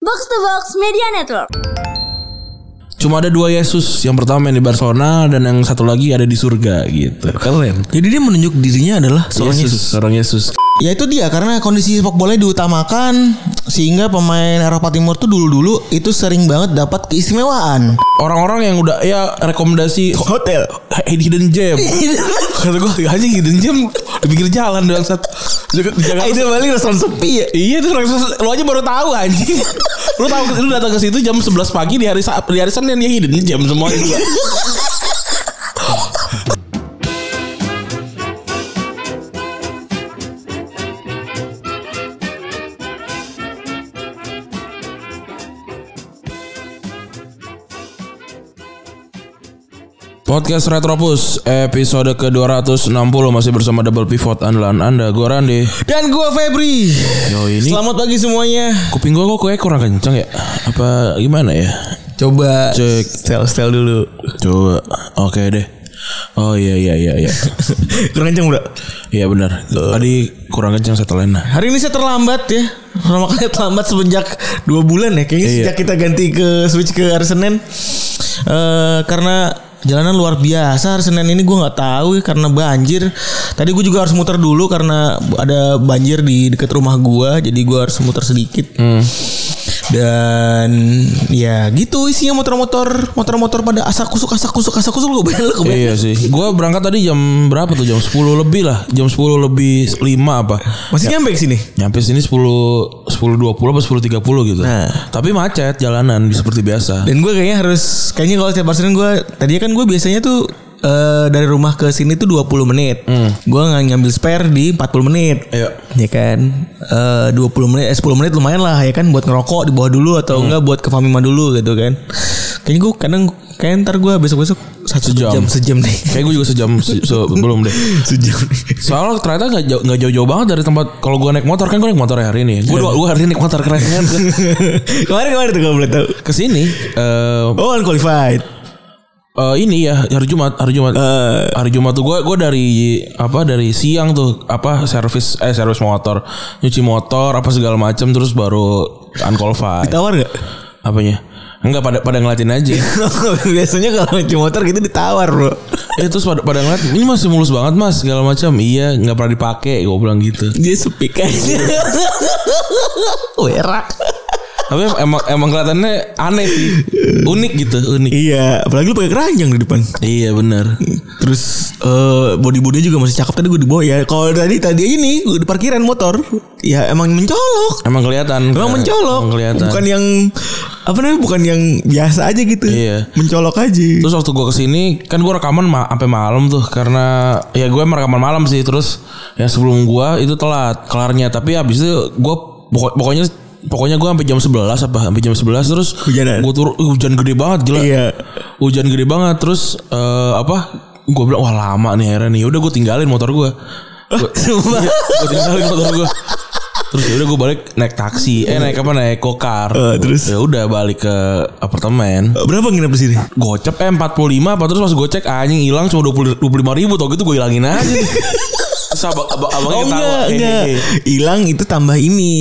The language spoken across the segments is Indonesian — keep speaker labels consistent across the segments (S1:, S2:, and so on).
S1: Box to Box Media Network.
S2: Cuma ada dua Yesus, yang pertama yang di Barcelona dan yang satu lagi ada di surga gitu.
S3: Keren.
S4: Jadi dia menunjuk dirinya adalah seorang
S2: Yesus,
S4: Yesus.
S2: seorang Yesus.
S3: Ya itu dia karena kondisi sepak bola diutamakan sehingga pemain Eropa Timur tuh dulu-dulu itu sering banget dapat keistimewaan.
S2: Orang-orang yang udah ya rekomendasi
S3: Hotel.
S2: hidden gem. Kata gue aja hidden gem di pinggir jalan doang satu.
S3: Itu balik restoran sepi ya.
S2: Iya itu Rexos. Lu aja baru tahu anjing. lu tahu lu datang ke situ jam 11 pagi di hari Sa- di hari Senin ya hidden jam semua itu. Podcast Retropus episode ke-260 masih bersama Double Pivot andalan Anda gue Randy.
S3: Dan gua Febri.
S2: Yo ini
S3: Selamat pagi semuanya.
S2: Kuping gua kok kayak kurang kenceng ya? Apa gimana ya?
S3: Coba
S2: Cek.
S3: stel-stel dulu.
S2: Coba. Oke deh. Oh iya iya iya iya.
S3: Kurang kenceng, Bro.
S2: Iya benar. Tadi kurang kenceng setelan.
S3: Hari ini saya terlambat ya. Pertama kali terlambat semenjak dua bulan ya. Kayaknya
S2: Iya.
S3: sejak kita ganti ke switch ke hari Senin. Eh, karena jalanan luar biasa hari Senin ini gue nggak tahu ya, karena banjir. Tadi gue juga harus muter dulu karena ada banjir di dekat rumah gue. Jadi gue harus muter sedikit.
S2: Hmm.
S3: Dan ya gitu isinya motor-motor, motor-motor pada asak kusuk asak kusuk asak kusuk lu kebayang lu kebayang.
S2: Iya sih. Gua berangkat tadi jam berapa tuh? Jam 10 lebih lah. Jam 10 lebih 5 apa?
S3: Masih nyampe ke sini.
S2: Nyampe sini 10 10.20 apa 10.30 gitu.
S3: Nah.
S2: Tapi macet jalanan seperti biasa.
S3: Dan gue kayaknya harus kayaknya kalau setiap hari Senin gue tadinya kan gue biasanya tuh eh, dari rumah ke sini tuh 20 menit. Gue nggak ngambil spare di 40 menit.
S2: Hmm. Iya.
S3: Ya kan. Eh 20 menit eh 10 menit lumayan lah ya kan buat ngerokok di bawah dulu atau
S2: Hmm.
S3: enggak buat ke Famima dulu gitu kan. Kayaknya gue kadang kayak ntar gue besok-besok satu
S2: Sejam.
S3: jam. sejam deh.
S2: Kayak gue juga sejam se- se- belum deh.
S3: sejam.
S2: Soalnya ternyata nggak jauh, nggak jauh-jauh banget dari tempat kalau gue naik motor kan gue naik motor ya hari ini. Gue gue hari ini naik motor keren kan.
S3: kemarin kemarin tuh gak boleh tahu.
S2: Kesini eh
S3: Oh unqualified.
S2: Eh, ini ya hari Jumat, hari Jumat.
S3: Eh.
S2: hari Jumat tuh gue gue dari apa dari siang tuh apa servis eh servis motor, nyuci motor apa segala macam terus baru unqualified.
S3: Ditawar gak?
S2: Apanya? Enggak pada pada ngeliatin aja.
S3: Biasanya kalau cuci motor gitu ditawar bro.
S2: ya terus pada pada ngeliat ini masih mulus banget Mas segala macam. Iya, nggak pernah dipakai gue bilang gitu.
S3: Dia kan? sepik aja. Werak.
S2: Tapi emang emang kelihatannya aneh sih. Unik gitu, unik.
S3: Iya, apalagi lu pakai keranjang di depan.
S2: Iya benar.
S3: Terus eh body bodinya juga masih cakep tadi gue dibawa ya. Kalau tadi tadi aja nih gua di parkiran motor, ya emang mencolok.
S2: Emang kelihatan.
S3: Emang mencolok.
S2: Nah, Emang kelihatan.
S3: Bukan yang apa namanya? Bukan yang biasa aja gitu.
S2: Iya.
S3: Mencolok aja.
S2: Terus waktu gue kesini kan gue rekaman ma- sampai malam tuh karena ya gue emang rekaman malam sih terus ya sebelum gue itu telat kelarnya tapi habis itu gue pokok- pokoknya pokoknya gue sampai jam 11 apa sampai jam 11 terus
S3: Hujanan.
S2: gue turun "Ih, hujan gede banget gila
S3: ya? Iya.
S2: hujan gede banget terus eh, apa gue bilang wah lama nih akhirnya nih Ya udah gue tinggalin motor gue
S3: Sumpah.
S2: gue tinggalin motor gue terus ya udah gue balik naik taksi eh naik apa naik kokar
S3: Eh, terus?
S2: ya udah balik ke apartemen
S3: Berapa nginep di sini?
S2: Gocep eh 45 apa terus pas gue cek anjing hilang cuma 20 25 ribu tau gitu gue hilangin aja. Terus abang, abang, abangnya
S3: Oh
S2: ketawa.
S3: enggak,
S2: "Hehehe."
S3: enggak. Hilang itu tambah ini.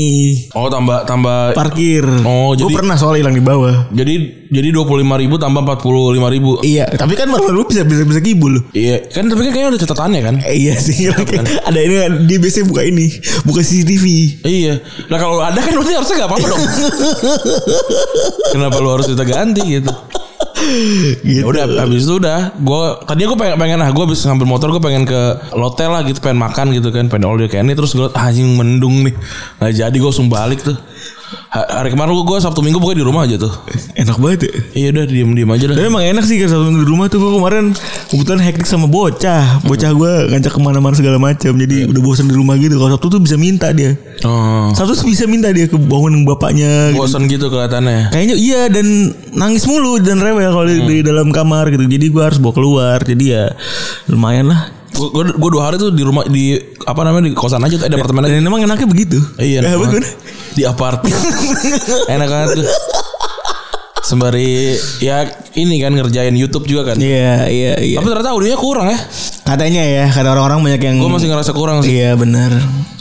S2: Oh tambah tambah
S3: Parkir.
S2: Oh,
S3: Gua
S2: jadi-
S3: pernah soalnya hilang di bawah.
S2: jadi jadi 25 ribu tambah 45 ribu.
S3: Iya, tapi kan baru-baru bisa bisa bisa kibul.
S2: Iya kan tapi kan kayaknya ada catatannya kan.
S3: Eh, iya sih, ada ini kan, dia biasanya buka ini, buka CCTV.
S2: Iya. Nah kalau ada kan berarti harusnya gak apa-apa dong. Kenapa lu harus kita ganti gitu?
S3: Gitu.
S2: Ya udah habis itu udah gua tadi aku pengen pengen ah gua habis ngambil motor gua pengen ke hotel lah gitu pengen makan gitu kan pengen all you can eat terus gua ah, anjing mendung nih nggak jadi gua langsung balik tuh Ha- hari kemarin gua, gua Sabtu Minggu pokoknya di rumah aja tuh
S3: enak banget. Ya.
S2: iya udah diem diem aja
S3: Tapi
S2: dah
S3: emang enak sih kalau satu minggu di rumah tuh gue kemarin kebetulan hektik sama bocah, bocah gue ngajak kemana-mana segala macam, jadi udah bosan di rumah gitu. Kalau Sabtu tuh bisa minta dia,
S2: oh,
S3: Sabtu tuh bisa minta dia ke bangun bapaknya. gitu.
S2: bosan gitu kelihatannya
S3: Kayaknya iya dan nangis mulu dan rewel kalau di, di dalam kamar gitu. Jadi gue harus bawa keluar. Jadi ya lumayan lah.
S2: gua, gua, gua dua hari tuh di rumah di apa namanya di kosan aja tuh eh, di apartemen aja
S3: Dan emang enaknya begitu.
S2: iya
S3: Eh, apa
S2: enak banget.
S3: gua-
S2: di apartemen enak banget tuh sembari ya ini kan ngerjain YouTube juga kan
S3: Iya, iya, iya.
S2: tapi ternyata audionya kurang ya
S3: Katanya ya, kata orang-orang banyak yang
S2: Gue masih ngerasa kurang sih.
S3: Iya benar.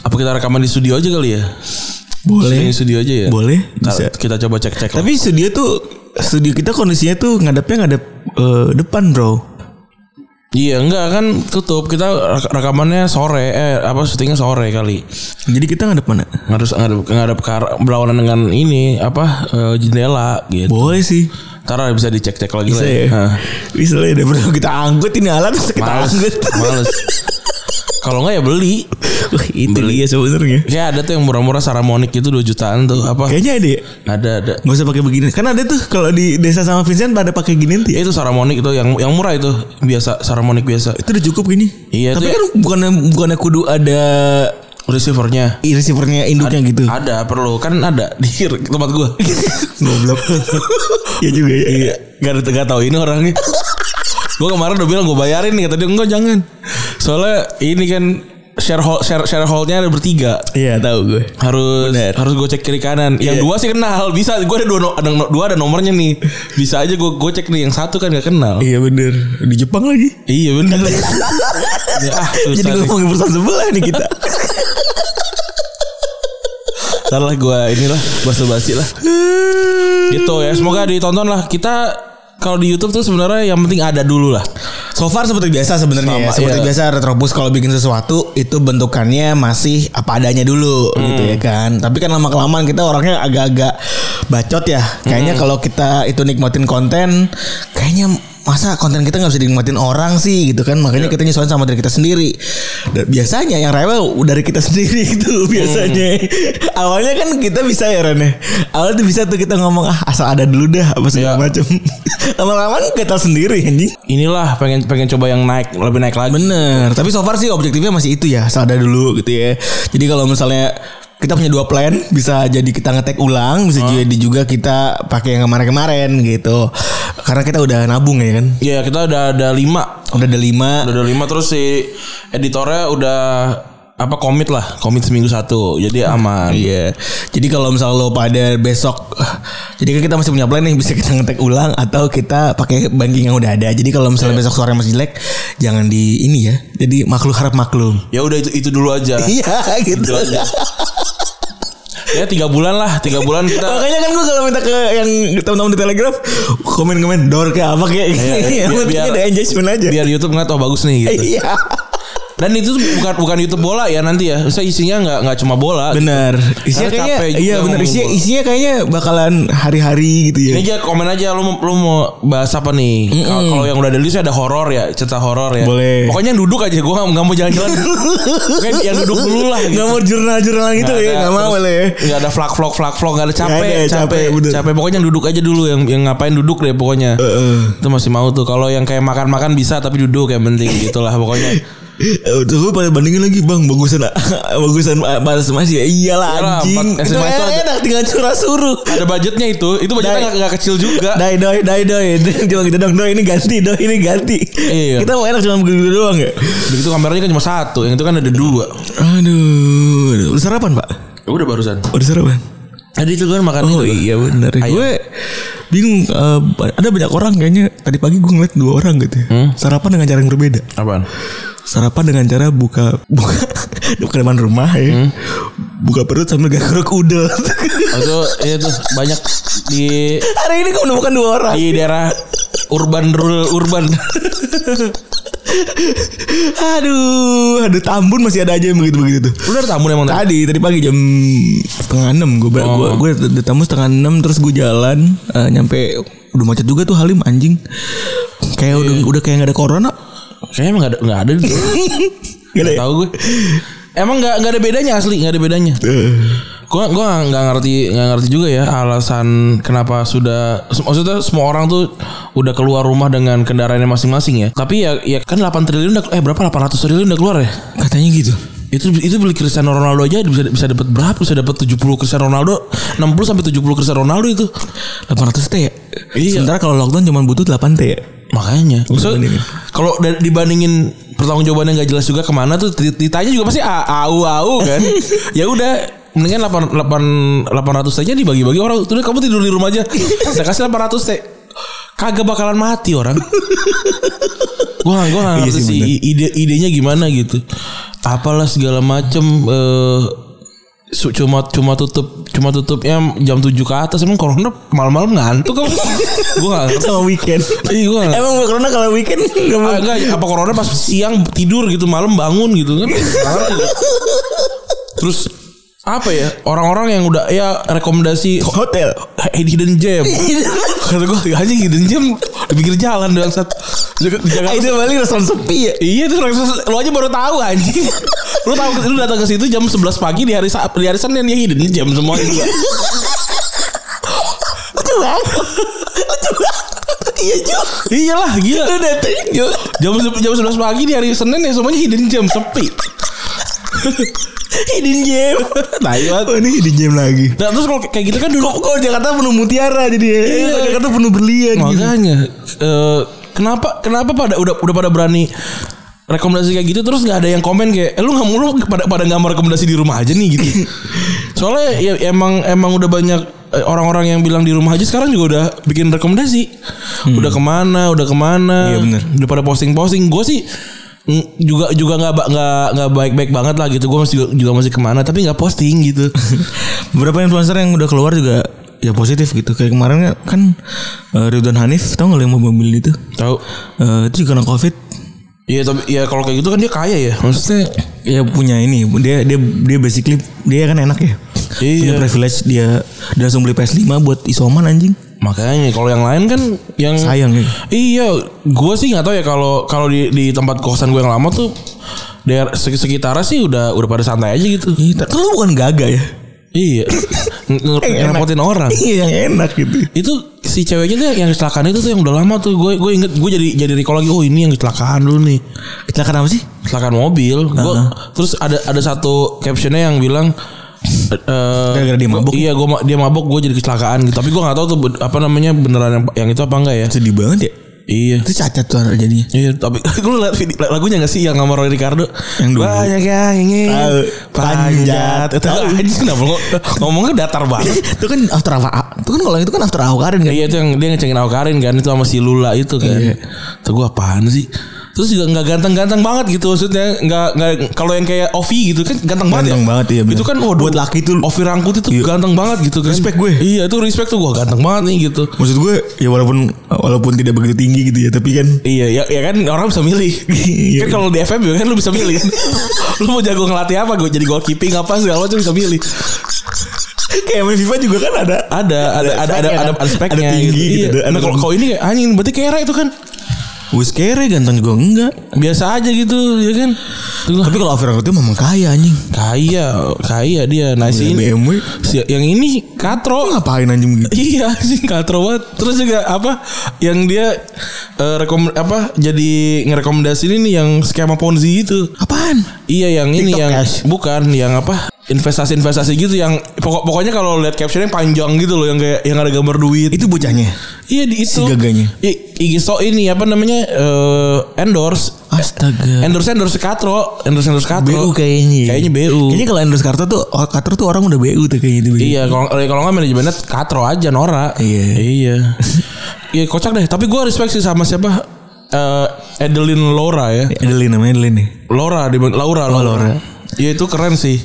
S2: Apa kita rekaman di studio aja kali ya? Boleh. Studio aja ya.
S3: Boleh,
S2: Ntar
S3: bisa.
S2: Kita coba cek-cek. lah.
S3: Tapi studio tuh studio kita kondisinya tuh ngadepnya ngadep eh, depan, Bro.
S2: Iya enggak kan tutup kita rak- rekamannya sore eh apa syutingnya sore kali
S3: Jadi kita ngadep mana?
S2: harus ngadep ngadep ke arah- berlawanan dengan ini apa eh, jendela gitu.
S3: Boleh sih.
S2: Ntar bisa dicek-cek lagi
S3: Bisa
S2: lah.
S3: ya.
S2: Hah.
S3: Bisa lah ya, Bro. Kita angkut ini alat terus kita
S2: Males,
S3: angkut.
S2: males. Kalau enggak ya beli.
S3: Wah, itu dia sebenarnya.
S2: Kayak ada tuh yang murah-murah Saramonik itu 2 jutaan tuh apa?
S3: Kayaknya ada ya.
S2: Ada ada.
S3: Gak usah pakai begini. Kan ada tuh kalau di desa sama Vincent pada pakai gini tuh ya.
S2: Ya, itu Saramonik itu yang yang murah itu biasa Saramonik biasa.
S3: Itu udah cukup gini.
S2: Iya,
S3: Tapi
S2: tuh ya.
S3: kan bukannya bukannya kudu ada
S2: Receivernya
S3: receivernya induknya gitu.
S2: ada perlu kan ada di tempat gua.
S3: Goblok. Iya juga ya.
S2: Iya, gak, ada- gak tahu ini orangnya. gue kemarin udah bilang gue bayarin nih kata dia enggak jangan. Soalnya ini kan share hall share share hallnya ada bertiga.
S3: Iya, tahu gue.
S2: Harus
S3: Bener.
S2: harus gue cek kiri kanan. Yang
S3: Iya.
S2: dua sih kenal, bisa. Gue ada dua no- ada no- dua ada nomornya nih. Bisa aja gue gue cek nih yang satu kan gak kenal.
S3: Iya bener Di Jepang lagi
S2: Iya bener. Ya, ah, susah
S3: Jadi
S2: nih.
S3: ngomongin perusahaan sebelah nih kita
S2: Ntar lah gue inilah basa-basi lah. gitu ya. Semoga ditonton lah. Kita kalau di YouTube tuh sebenarnya yang penting ada dulu lah.
S3: So far seperti biasa sebenarnya ya.
S2: Sama,
S3: Seperti
S2: iya.
S3: biasa Retrobus kalau bikin sesuatu Itu bentukannya masih apa adanya dulu
S2: Hmm.
S3: gitu ya kan Tapi kan lama-kelamaan kita orangnya agak-agak bacot ya Kayaknya
S2: Hmm.
S3: kalau kita itu nikmatin konten Kayaknya masa konten kita nggak bisa dinikmatin orang sih gitu kan
S2: Iya.
S3: makanya kita nyesuaiin sama diri kita sendiri Dan biasanya yang rewel dari kita sendiri itu biasanya
S2: Hmm.
S3: awalnya kan kita bisa ya Rene awalnya tuh bisa tuh kita ngomong ah asal ada dulu dah apa segala
S2: Iya.
S3: macam lama-lama kita sendiri anjing
S2: Inilah pengen pengen coba yang naik lebih naik lagi.
S3: Bener. Tapi so far sih objektifnya masih itu ya. Sadar dulu gitu ya. Jadi kalau misalnya kita punya dua plan bisa jadi kita ngetek ulang bisa jadi juga kita pakai yang kemarin-kemarin gitu karena kita udah nabung ya kan
S2: Iya kita udah ada lima
S3: udah ada lima
S2: Udah ada lima terus si editornya udah apa komit lah komit seminggu satu jadi aman
S3: Iya. Jadi kalau misalnya lo pada besok jadi kan kita masih punya plan nih bisa kita ngetek ulang atau kita pakai banking yang udah ada. Jadi kalau misalnya besok sore masih jelek jangan di ini ya. Jadi maklum harap maklum.
S2: ya udah itu itu dulu aja
S3: Iya gitu.
S2: ya tiga bulan lah tiga bulan kita
S3: Makanya kan gue kalau minta ke yang teman-teman di Telegram komen-komen door kayak apa kayak
S2: iya,
S3: yang
S2: biar-
S3: penting
S2: biar-
S3: ada engagement aja.
S2: biar YouTube nggak tahu bagus nih gitu
S3: Iya.
S2: dan itu tuh bukan bukan YouTube bola ya nanti ya saya isinya nggak nggak cuma bola
S3: Benar. Isinya
S2: Karena
S3: kayaknya
S2: capek juga
S3: iya benar
S2: ngomong
S3: isinya
S2: gua.
S3: isinya kayaknya bakalan hari-hari gitu ya.
S2: ini aja komen aja lu mau- lu mau bahas apa nih Kalau- kalau yang udah ada list ada horor ya cerita horor ya
S3: Boleh.
S2: pokoknya yang duduk aja gue nggak mau jalan-jalan Pokoknya yang duduk dulu lah gitu.
S3: Gak mau jurnal-jurnal gitu ya, gak mau lah ya.
S2: Gak ada flak flok flak flok gak ada capek,
S3: Nggak ada,
S2: capek,
S3: capek,
S2: capek,
S3: bener.
S2: Pokoknya yang duduk aja dulu yang yang ngapain duduk deh pokoknya.
S3: Eh,
S2: Itu masih mau tuh. Kalau yang kayak makan-makan bisa tapi duduk yang penting gitulah pokoknya.
S3: Eh, Terus gue pada bandingin lagi bang bagusan bagusan eh, pas SMS ya iyalah
S2: Iyalah,
S3: anjing.
S2: pas
S3: Itu
S2: SMS tuh ada-
S3: enak tinggal curah suruh.
S2: Ada budgetnya itu. Itu budgetnya
S3: Dai.
S2: gak, gak kecil juga.
S3: Doi doi doi doi Cuma gitu dong Doi ini ganti Doi ini ganti
S2: Iya.
S3: Kita mau enak cuma begitu doang ya
S2: Begitu kameranya kan cuma satu, yang itu kan ada dua.
S3: Aduh, udah sarapan pak?
S2: Ya udah barusan.
S3: Udah sarapan?
S2: Tadi itu kan makan
S3: Oh
S2: itu.
S3: iya benar.
S2: Ayo.
S3: Gue bingung. eh, ada banyak orang kayaknya. Tadi pagi gue ngeliat dua orang gitu. ya. Sarapan dengan cara yang berbeda.
S2: Apaan?
S3: Sarapan dengan cara buka buka buka depan rumah ya. Buka perut sambil garuk udel.
S2: Oh, Itu itu banyak di
S3: Hari ini gue menemukan dua orang.
S2: di daerah urban rural urban.
S3: Aduh, aduh Tambun masih ada aja yang begitu begitu tuh.
S2: Udah ada tamu emang tadi.
S3: Tadi tadi pagi jam setengah enam gue
S2: Oh.
S3: gue gue ada tamu setengah enam terus gue jalan eh, nyampe udah macet juga tuh Halim anjing kayak udah
S2: Iya.
S3: udah kayak gak ada corona
S2: Kayaknya emang gak ada gak ada.
S3: Gak ada
S2: Gak
S3: ya?
S2: tahu gue. Emang gak, gak ada bedanya asli, gak ada bedanya.
S3: Eh,
S2: Gua gua nggak- nggak ngerti nggak ngerti juga ya alasan kenapa sudah se- maksudnya semua orang tuh udah keluar rumah dengan kendaraannya masing-masing ya. Tapi ya ya kan 8 triliun udah eh berapa 800 triliun udah keluar ya?
S3: katanya gitu
S2: Itu itu beli Cristiano Ronaldo aja bisa bisa dapat berapa? Bisa dapat 70 Cristiano Ronaldo, 60 sampai 70 Cristiano Ronaldo itu.
S3: 800 T ya
S2: Iya.
S3: Sementara kalau lockdown cuma butuh 8 T ya
S2: Makanya. Maksudnya, kalau da- dibandingin pertanggungjawabannya nggak jelas juga kemana tuh dit- ditanya juga pasti "A- au au kan. ya udah mendingan 8 8 800 aja dibagi-bagi orang. Tuh kamu tidur di rumah aja. Saya kasih 800 teh. Kagak bakalan mati orang. gua gua nggak ngerti sih i- ide idenya gimana gitu. Apalah segala macem eh su- cuma cuma tutup cuma tutupnya jam 7 ke atas emang corona malam-malam ngantuk kan gue gak ngerti
S3: sama weekend.
S2: Iya, gua nggak-
S3: Emang corona kalau weekend nggak mau-
S2: Ah, enggak, apa corona pas siang tidur gitu malam bangun gitu kan Nggak ngerti gua. terus apa ya orang-orang yang udah ya rekomendasi
S3: hotel.
S2: hidden gem kata gue aja hidden gem di pinggir jalan doang satu di Jakarta
S3: Ah, itu paling restoran sepi ya.
S2: Iya terus Rexos- lu aja baru tahu anjing. lu tahu lu datang ke situ jam 11 pagi di hari Sa- di hari Senin ya hidden jam semua itu.
S3: Iya juga.
S2: Iyalah gila.
S3: Lu dateng juga.
S2: Jam se- jam 11 pagi di hari Senin ya semuanya hidden jam sepi.
S3: Hidden gem.
S2: Tai banget.
S3: Oh, ini hidden gem lagi.
S2: Nah, terus kalau kayak gitu kan dulu
S3: Kok kok Jakarta penuh mutiara jadi ya.
S2: Iya.
S3: Kok Jakarta penuh berlian gitu.
S2: makanya eh, kenapa kenapa pada udah udah pada berani rekomendasi kayak gitu terus nggak ada yang komen kayak eh, lu nggak mau lu pada pada nggak mau rekomendasi di rumah aja nih gitu soalnya ya emang emang udah banyak eh, orang-orang yang bilang di rumah aja sekarang juga udah bikin rekomendasi udah kemana udah kemana
S3: Hmm. Iya, bener.
S2: udah pada posting-posting gue sih mm, juga juga nggak ba- nggak nggak baik-baik banget lah gitu gue masih juga, juga masih kemana tapi nggak posting gitu
S3: Beberapa influencer yang udah keluar juga ya positif gitu. Kayak kemarin kan eh, Ridwan Hanif tau gak lu yang mau mobil itu?
S2: tahu
S3: Eh, itu juga kena covid
S2: Iya tapi ya kalau kayak gitu kan dia kaya ya maksudnya
S3: ya punya ini dia dia dia basically dia kan enak ya
S2: Iya.
S3: punya privilege dia dia langsung beli PS5 buat isoman anjing
S2: Makanya kalau yang lain kan yang
S3: sayang ya
S2: Iya, gue sih nggak tahu ya kalau kalau di, di tempat kosan gue yang lama tuh daerah sek- sekitarnya sih udah udah pada santai aja gitu.
S3: Iya, kan lu bukan gaga ya
S2: Iya, Nge- nge- ngerepotin orang.
S3: iya yang enak gitu
S2: Itu si ceweknya tuh yang kecelakaan itu tuh yang udah lama tuh gue gue inget gue jadi jadi recall lagi oh ini yang kecelakaan dulu nih
S3: kecelakaan apa sih
S2: kecelakaan mobil gue terus ada ada satu captionnya yang bilang eh, eh,
S3: Gara-gara dia mabuk.
S2: Iya, gue dia mabuk, gue jadi kecelakaan gitu. Tapi gue nggak tahu tuh ben- apa namanya beneran yang, yang itu apa enggak ya?
S3: sedih banget ya
S2: Iya.
S3: itu cacat tuh anak jadinya
S2: Iya, tapi lu liat video, lagunya gak sih yang sama Roy Ricardo?
S3: Yang dulu.
S2: Banyak yang ingin
S3: Tahu.
S2: panjat.
S3: Panjat.
S2: Itu
S3: Tahu.
S2: anjing kenapa kok ngomongnya datar banget.
S3: itu kan after apa itu kan kalau itu kan after Ahok Karin kan
S2: Ah. Iya itu yang dia ngecengin Awak Karin kan itu sama si Lula itu kan.
S3: Iya.
S2: Itu gua apaan sih? Terus juga nggak ganteng-ganteng banget gitu maksudnya nggak nggak kalau yang kayak Ovi gitu kan ganteng, banget ya.
S3: Ganteng banget, iya, bener.
S2: Itu kan waduh,
S3: Buat laki tuh-
S2: Ovi Rangkut itu ganteng banget gitu kan.
S3: Respect gue.
S2: Iya itu respect tuh gua ganteng banget nih gitu.
S3: maksud gue ya walaupun walaupun tidak begitu tinggi gitu ya tapi kan
S2: Iya, ya, ya kan orang bisa milih.
S3: Iya.
S2: kan kalau di FM juga kan lu bisa milih. kan. lu mau jago ngelatih apa? Gue jadi goalkeeping apa segala macam bisa milih.
S3: kayak main FIFA juga kan ada kan?
S2: Ada ada ada ada ada, ada speknya
S3: Ada tinggi
S2: gitu.
S3: gitu,
S2: Iya.
S3: ada
S2: Nah, kalau
S3: rem-
S2: kalau ini kayak anjing berarti kere itu kan
S3: wis kere ganteng juga enggak
S2: biasa aja gitu ya kan. Tuh,
S3: tapi kalau after Ahok itu memang kaya anjing
S2: kaya kaya dia nah si ini
S3: BMW
S2: si- yang ini katro
S3: ngapain anjing gitu
S2: Iya sih katro banget. Terus juga apa yang dia eh, rekom apa jadi ngerekomendasi ini nih yang skema ponzi itu.
S3: Eh, apaan
S2: Iya yang ini
S3: TikTok
S2: yang
S3: Cash.
S2: bukan yang apa investasi-investasi gitu yang pokok pokoknya kalau lihat captionnya yang panjang gitu loh yang kayak yang ada gambar duit.
S3: itu bocahnya
S2: iya di itu.
S3: si gaganya.
S2: I, Igi so ini apa namanya eh, endorse
S3: astaga
S2: endorse endorse katro endorse endorse katro.
S3: BU kayaknya
S2: Kayaknya BU.
S3: kayaknya kalau Endorse Karto tuh Karto tuh orang udah BU tuh kayaknya tuh
S2: Iya kalau kalau nggak manajemennya katro aja Nora.
S3: Iya.
S2: Iya. Iya kocak deh. Tapi gue respect sih sama siapa eh Adeline Laura ya.
S3: Adeline namanya Adeline nih
S2: Laura di Laura
S3: Oh, Laura.
S2: Iya itu keren sih.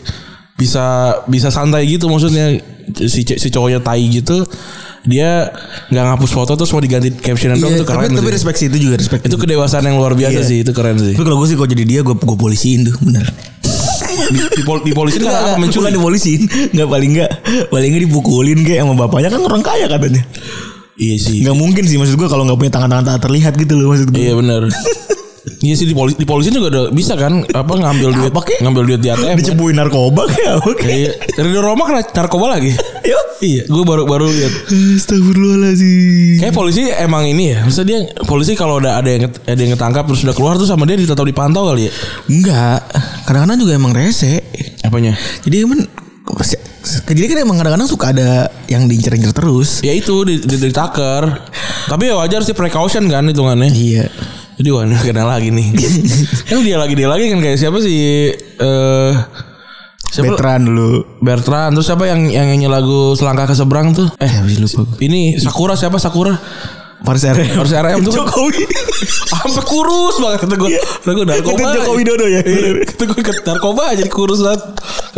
S2: Bisa bisa santai gitu maksudnya si ce- si cowoknya tai gitu dia nggak ngapus foto terus mau diganti caption doang itu keren.
S3: Iya, tapi, tapi
S2: sih.
S3: respect sih itu juga respect
S2: itu kedewasaan yang luar biasa
S3: Iya.
S2: sih itu keren sih.
S3: tapi kalau gue sih kalau jadi dia gue gue polisiin tuh bener
S2: Di, di, pol- di polisi kan apa
S3: bukan
S2: mencuri.
S3: dipolisiin nggak paling nggak paling nggak dipukulin kayak sama bapaknya kan orang kaya katanya
S2: Iya sih.
S3: nggak mungkin sih maksud gue kalau nggak punya tangan-tangan tak terlihat gitu loh maksud gue
S2: Iya benar. Iya sih di polisi di polisi juga ada bisa kan apa ngambil duit
S3: Apa kek?
S2: ngambil duit di ATM. kan?
S3: dicebuin narkoba kayak apa kayak
S2: Iya. Ridho Roma kena narkoba lagi.
S3: Yo.
S2: Iya, gue baru baru lihat
S3: Astagfirullahaladzim
S2: Kayak polisi emang ini ya. Maksudnya dia polisi kalau udah ada yang ada yang ketangkap terus udah keluar tuh sama dia tetap dipantau kali ya.
S3: Enggak Kadang-kadang juga emang rese
S2: Apanya?
S3: Jadi emang Jadi kan emang kadang-kadang suka ada Yang diincer-incer terus
S2: Ya itu di, di, ditaker. Tapi ya wajar sih precaution kan hitungannya.
S3: Iya
S2: Jadi wah ini kena lagi nih. kan dia lagi dia lagi kan kayak siapa sih eh siapa
S3: Veteran dulu
S2: Bertrand terus siapa yang yang nyanyi lagu selangkah ke seberang tuh? Eh
S3: habis lupa
S2: ini Sakura siapa Sakura?
S3: Faris RM.
S2: Harus RM
S3: kan.
S2: tuh gua-
S3: Jokowi.
S2: sampai kurus banget kata gue kata gue narkoba
S3: Itu Joko
S2: aja.
S3: Widodo ya?
S2: Iya, kata gue ke narkoba aja jadi kurus banget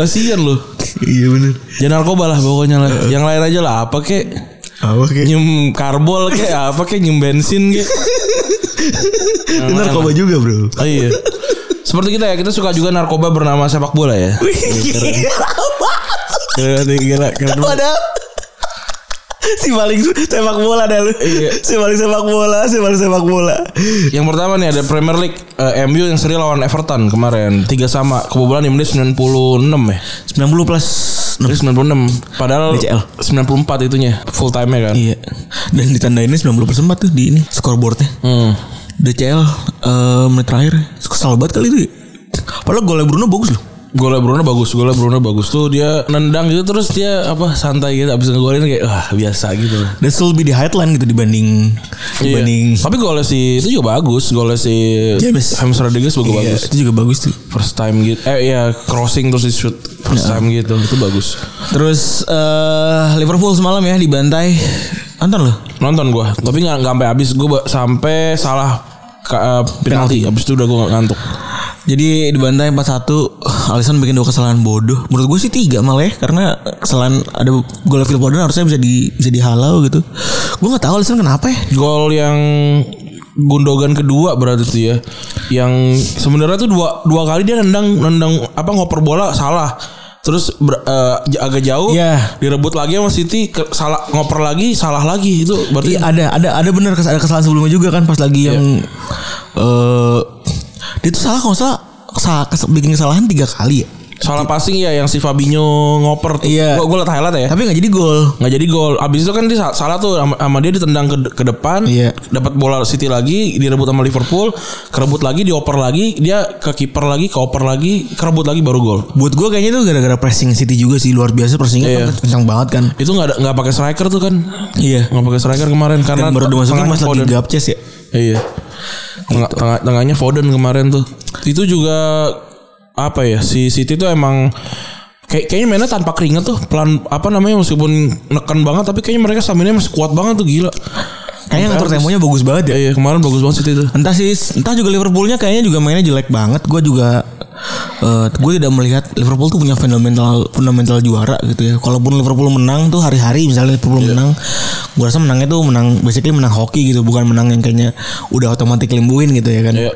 S2: kasian lu
S3: iya bener.
S2: jangan Ya narkoba lah pokoknya lah yang lain aja lah apa kek
S3: Apa kayak
S2: nyium karbol kek apa kek nyium bensin kek
S3: narkoba juga bro.
S2: oh, iya seperti kita ya kita suka juga narkoba bernama sepak bola ya gila gila, gila.
S3: Iya, Padahal si paling sepak bola dah lu. Si paling sepak bola, si paling sepak bola.
S2: yang pertama nih ada Premier League eh, MU yang seri lawan Everton kemarin tiga sama kebobolan di menit 96 ya
S3: 90 plus
S2: Jadi 96 padahal
S3: DCL.
S2: 94 itunya full time nya kan
S3: Iya. Dan ditandainnya 90 plus 4 tuh di ini scoreboardnya.
S2: hmm.
S3: DCL eh, menit terakhir kesal banget kali itu. ya. Padahal golnya Bruno bagus loh.
S2: Golnya Bruno bagus, golnya Bruno bagus tuh dia nendang gitu terus dia apa santai gitu abis ngegolin kayak wah biasa gitu.
S3: Dan still lebih di headline gitu dibanding dibanding
S2: Iya. Tapi golnya si itu juga bagus, golnya si
S3: James.
S2: James Rodriguez juga
S3: Iya,
S2: bagus.
S3: itu juga bagus tuh.
S2: First time gitu. Eh ya crossing terus di shoot
S3: Iya.
S2: first time gitu. Itu bagus.
S3: Terus eh Liverpool semalam ya dibantai. Anton loh.
S2: Nonton gua, tapi nggak nggak sampai habis gua ba- sampai salah ka- eh, penalti. Habis itu udah gua nggak ngantuk.
S3: Jadi dibantai 4-1 Alisson bikin dua kesalahan bodoh Menurut gue sih tiga malah ya Karena kesalahan ada gol Phil Foden harusnya bisa di bisa dihalau gitu Gue gak tahu Alisson kenapa ya
S2: Gol yang Gundogan kedua berarti tuh ya. Yang sebenarnya tuh dua dua kali dia nendang nendang apa ngoper bola salah. Terus ber- eh, j- agak jauh
S3: Iya.
S2: direbut lagi sama City ke- salah ngoper lagi salah lagi itu berarti
S3: Iya ada ada ada bener kes- ada kesalahan sebelumnya juga kan pas lagi
S2: Iya.
S3: yang eh Dia tuh salah kalau nggak salah kesal- kes- bikin kesalahan tiga kali ya
S2: salah passing ya yang si Fabinho ngoper tuh.
S3: Iya.
S2: Gua gua liat highlight ya.
S3: Tapi gak jadi gol
S2: nggak jadi gol. Abis itu kan dia sa- salah tuh sama, sama dia ditendang ke, ke depan,
S3: Iya.
S2: dapat bola City lagi, direbut sama Liverpool, kerebut lagi, dioper lagi, dia ke kiper lagi, keoper lagi, kerebut lagi baru gol.
S3: Buat gue kayaknya tuh gara-gara pressing City juga sih Luar biasa pressingnya
S2: Iya.
S3: kan kencang banget kan
S2: Itu nggak ada- nggak pakai striker tuh kan?
S3: Iya
S2: Nggak pakai striker Nah, kemarin karena
S3: Dan baru dimasukin
S2: tengahnya
S3: mas lagi
S2: Foden.
S3: gapces ya
S2: Iya. Tengah, tengah- tengahnya Foden kemarin tuh. Itu juga apa ya? Si City tuh emang kayak kayaknya mainnya tanpa keringet tuh. Pelan apa namanya meskipun neken banget tapi kayaknya mereka stamina masih kuat banget tuh gila.
S3: Kayaknya ngatur temonya bagus banget ya
S2: Iya, iya, kemarin bagus banget City tuh.
S3: Entah sih, entah juga Liverpoolnya kayaknya juga mainnya jelek banget. Gue juga, eh, gue tidak melihat Liverpool tuh punya fundamental fundamental juara gitu ya. Kalaupun Liverpool menang tuh hari-hari misalnya Liverpool menang, gue rasa menangnya tuh menang basically menang hoki gitu, bukan menang yang kayaknya udah otomatis limbuin gitu ya kan.
S2: Iya.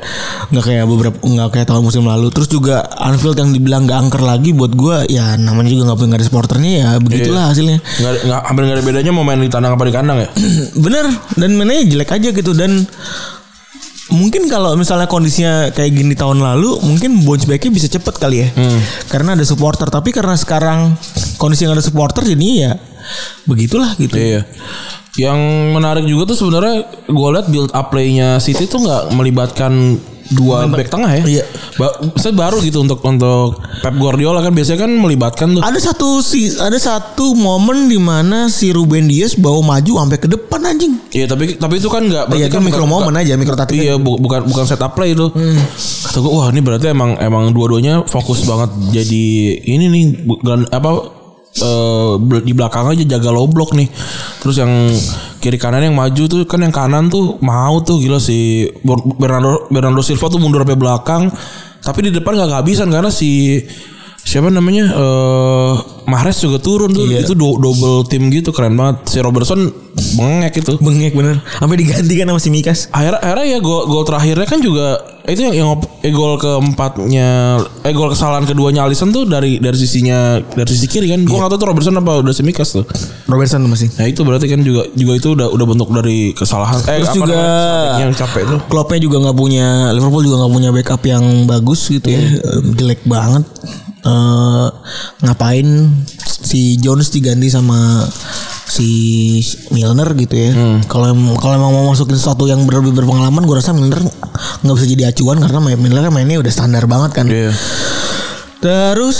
S3: Nggak kayak beberapa nggak kayak tahun musim lalu. Terus juga Anfield yang dibilang gak angker lagi buat gue, ya namanya juga nggak punya nggak ada supporternya ya begitulah hasilnya.
S2: Nggak, ada- nggak, hampir nggak ada bedanya mau main di tandang apa di kandang ya.
S3: bener dan mainnya jelek aja gitu dan mungkin kalau misalnya kondisinya kayak gini tahun lalu mungkin bounce backnya bisa cepet kali ya karena ada supporter tapi karena sekarang kondisi nggak ada supporter jadi ya begitulah gitu
S2: Iya. Yang menarik juga tuh sebenarnya gue liat build up play-nya City tuh nggak melibatkan dua back tengah ya.
S3: Iya.
S2: Ba saya baru gitu untuk untuk Pep Guardiola kan biasanya kan melibatkan tuh.
S3: ada satu si ada satu momen di mana si Ruben Dias bawa maju sampai ke depan anjing
S2: Iya tapi tapi itu kan nggak berarti
S3: ya itu
S2: kan
S3: mikro
S2: bukan-
S3: momen aja
S2: bukan-
S3: mikro Hmm. taktik
S2: Iya bu- bukan bukan setup play itu. Kata gue wah ini berarti emang emang dua-duanya fokus banget jadi ini nih bukan apa eh, bel- di belakang aja jaga low block nih. Terus yang kiri kanan yang maju tuh kan yang kanan tuh mau tuh gila si Bor- Bernardo Bernardo Silva tuh mundur sampai belakang tapi di depan nggak kehabisan karena si siapa namanya eh Mahrez juga turun tuh
S3: Iya.
S2: itu do- double team gitu keren banget si Robertson bengek itu
S3: bengek bener sampai digantikan sama si Mikas
S2: akhirnya akhirnya ya gol gol terakhirnya kan juga itu yang, yang op- eh, gol keempatnya eh gol kesalahan keduanya Alisson tuh dari dari sisinya dari sisi kiri kan gua nggak tahu tuh Robertson apa udah Simikas tuh
S3: Robertson masih
S2: nah itu berarti kan juga juga itu udah udah bentuk dari kesalahan eh
S3: Terus
S2: apa
S3: juga-
S2: namanya, strategi yang capek tuh
S3: Kloppnya juga nggak punya Liverpool juga nggak punya backup yang bagus gitu ya Eh, jelek banget Eh, ngapain si Jones diganti sama si Milner gitu ya kalau em- kalau emang mau masukin sesuatu yang ber- lebih berpengalaman gue rasa Milner nggak bisa jadi acuan karena main- Milner kan mainnya udah standar banget kan
S2: Iya.
S3: terus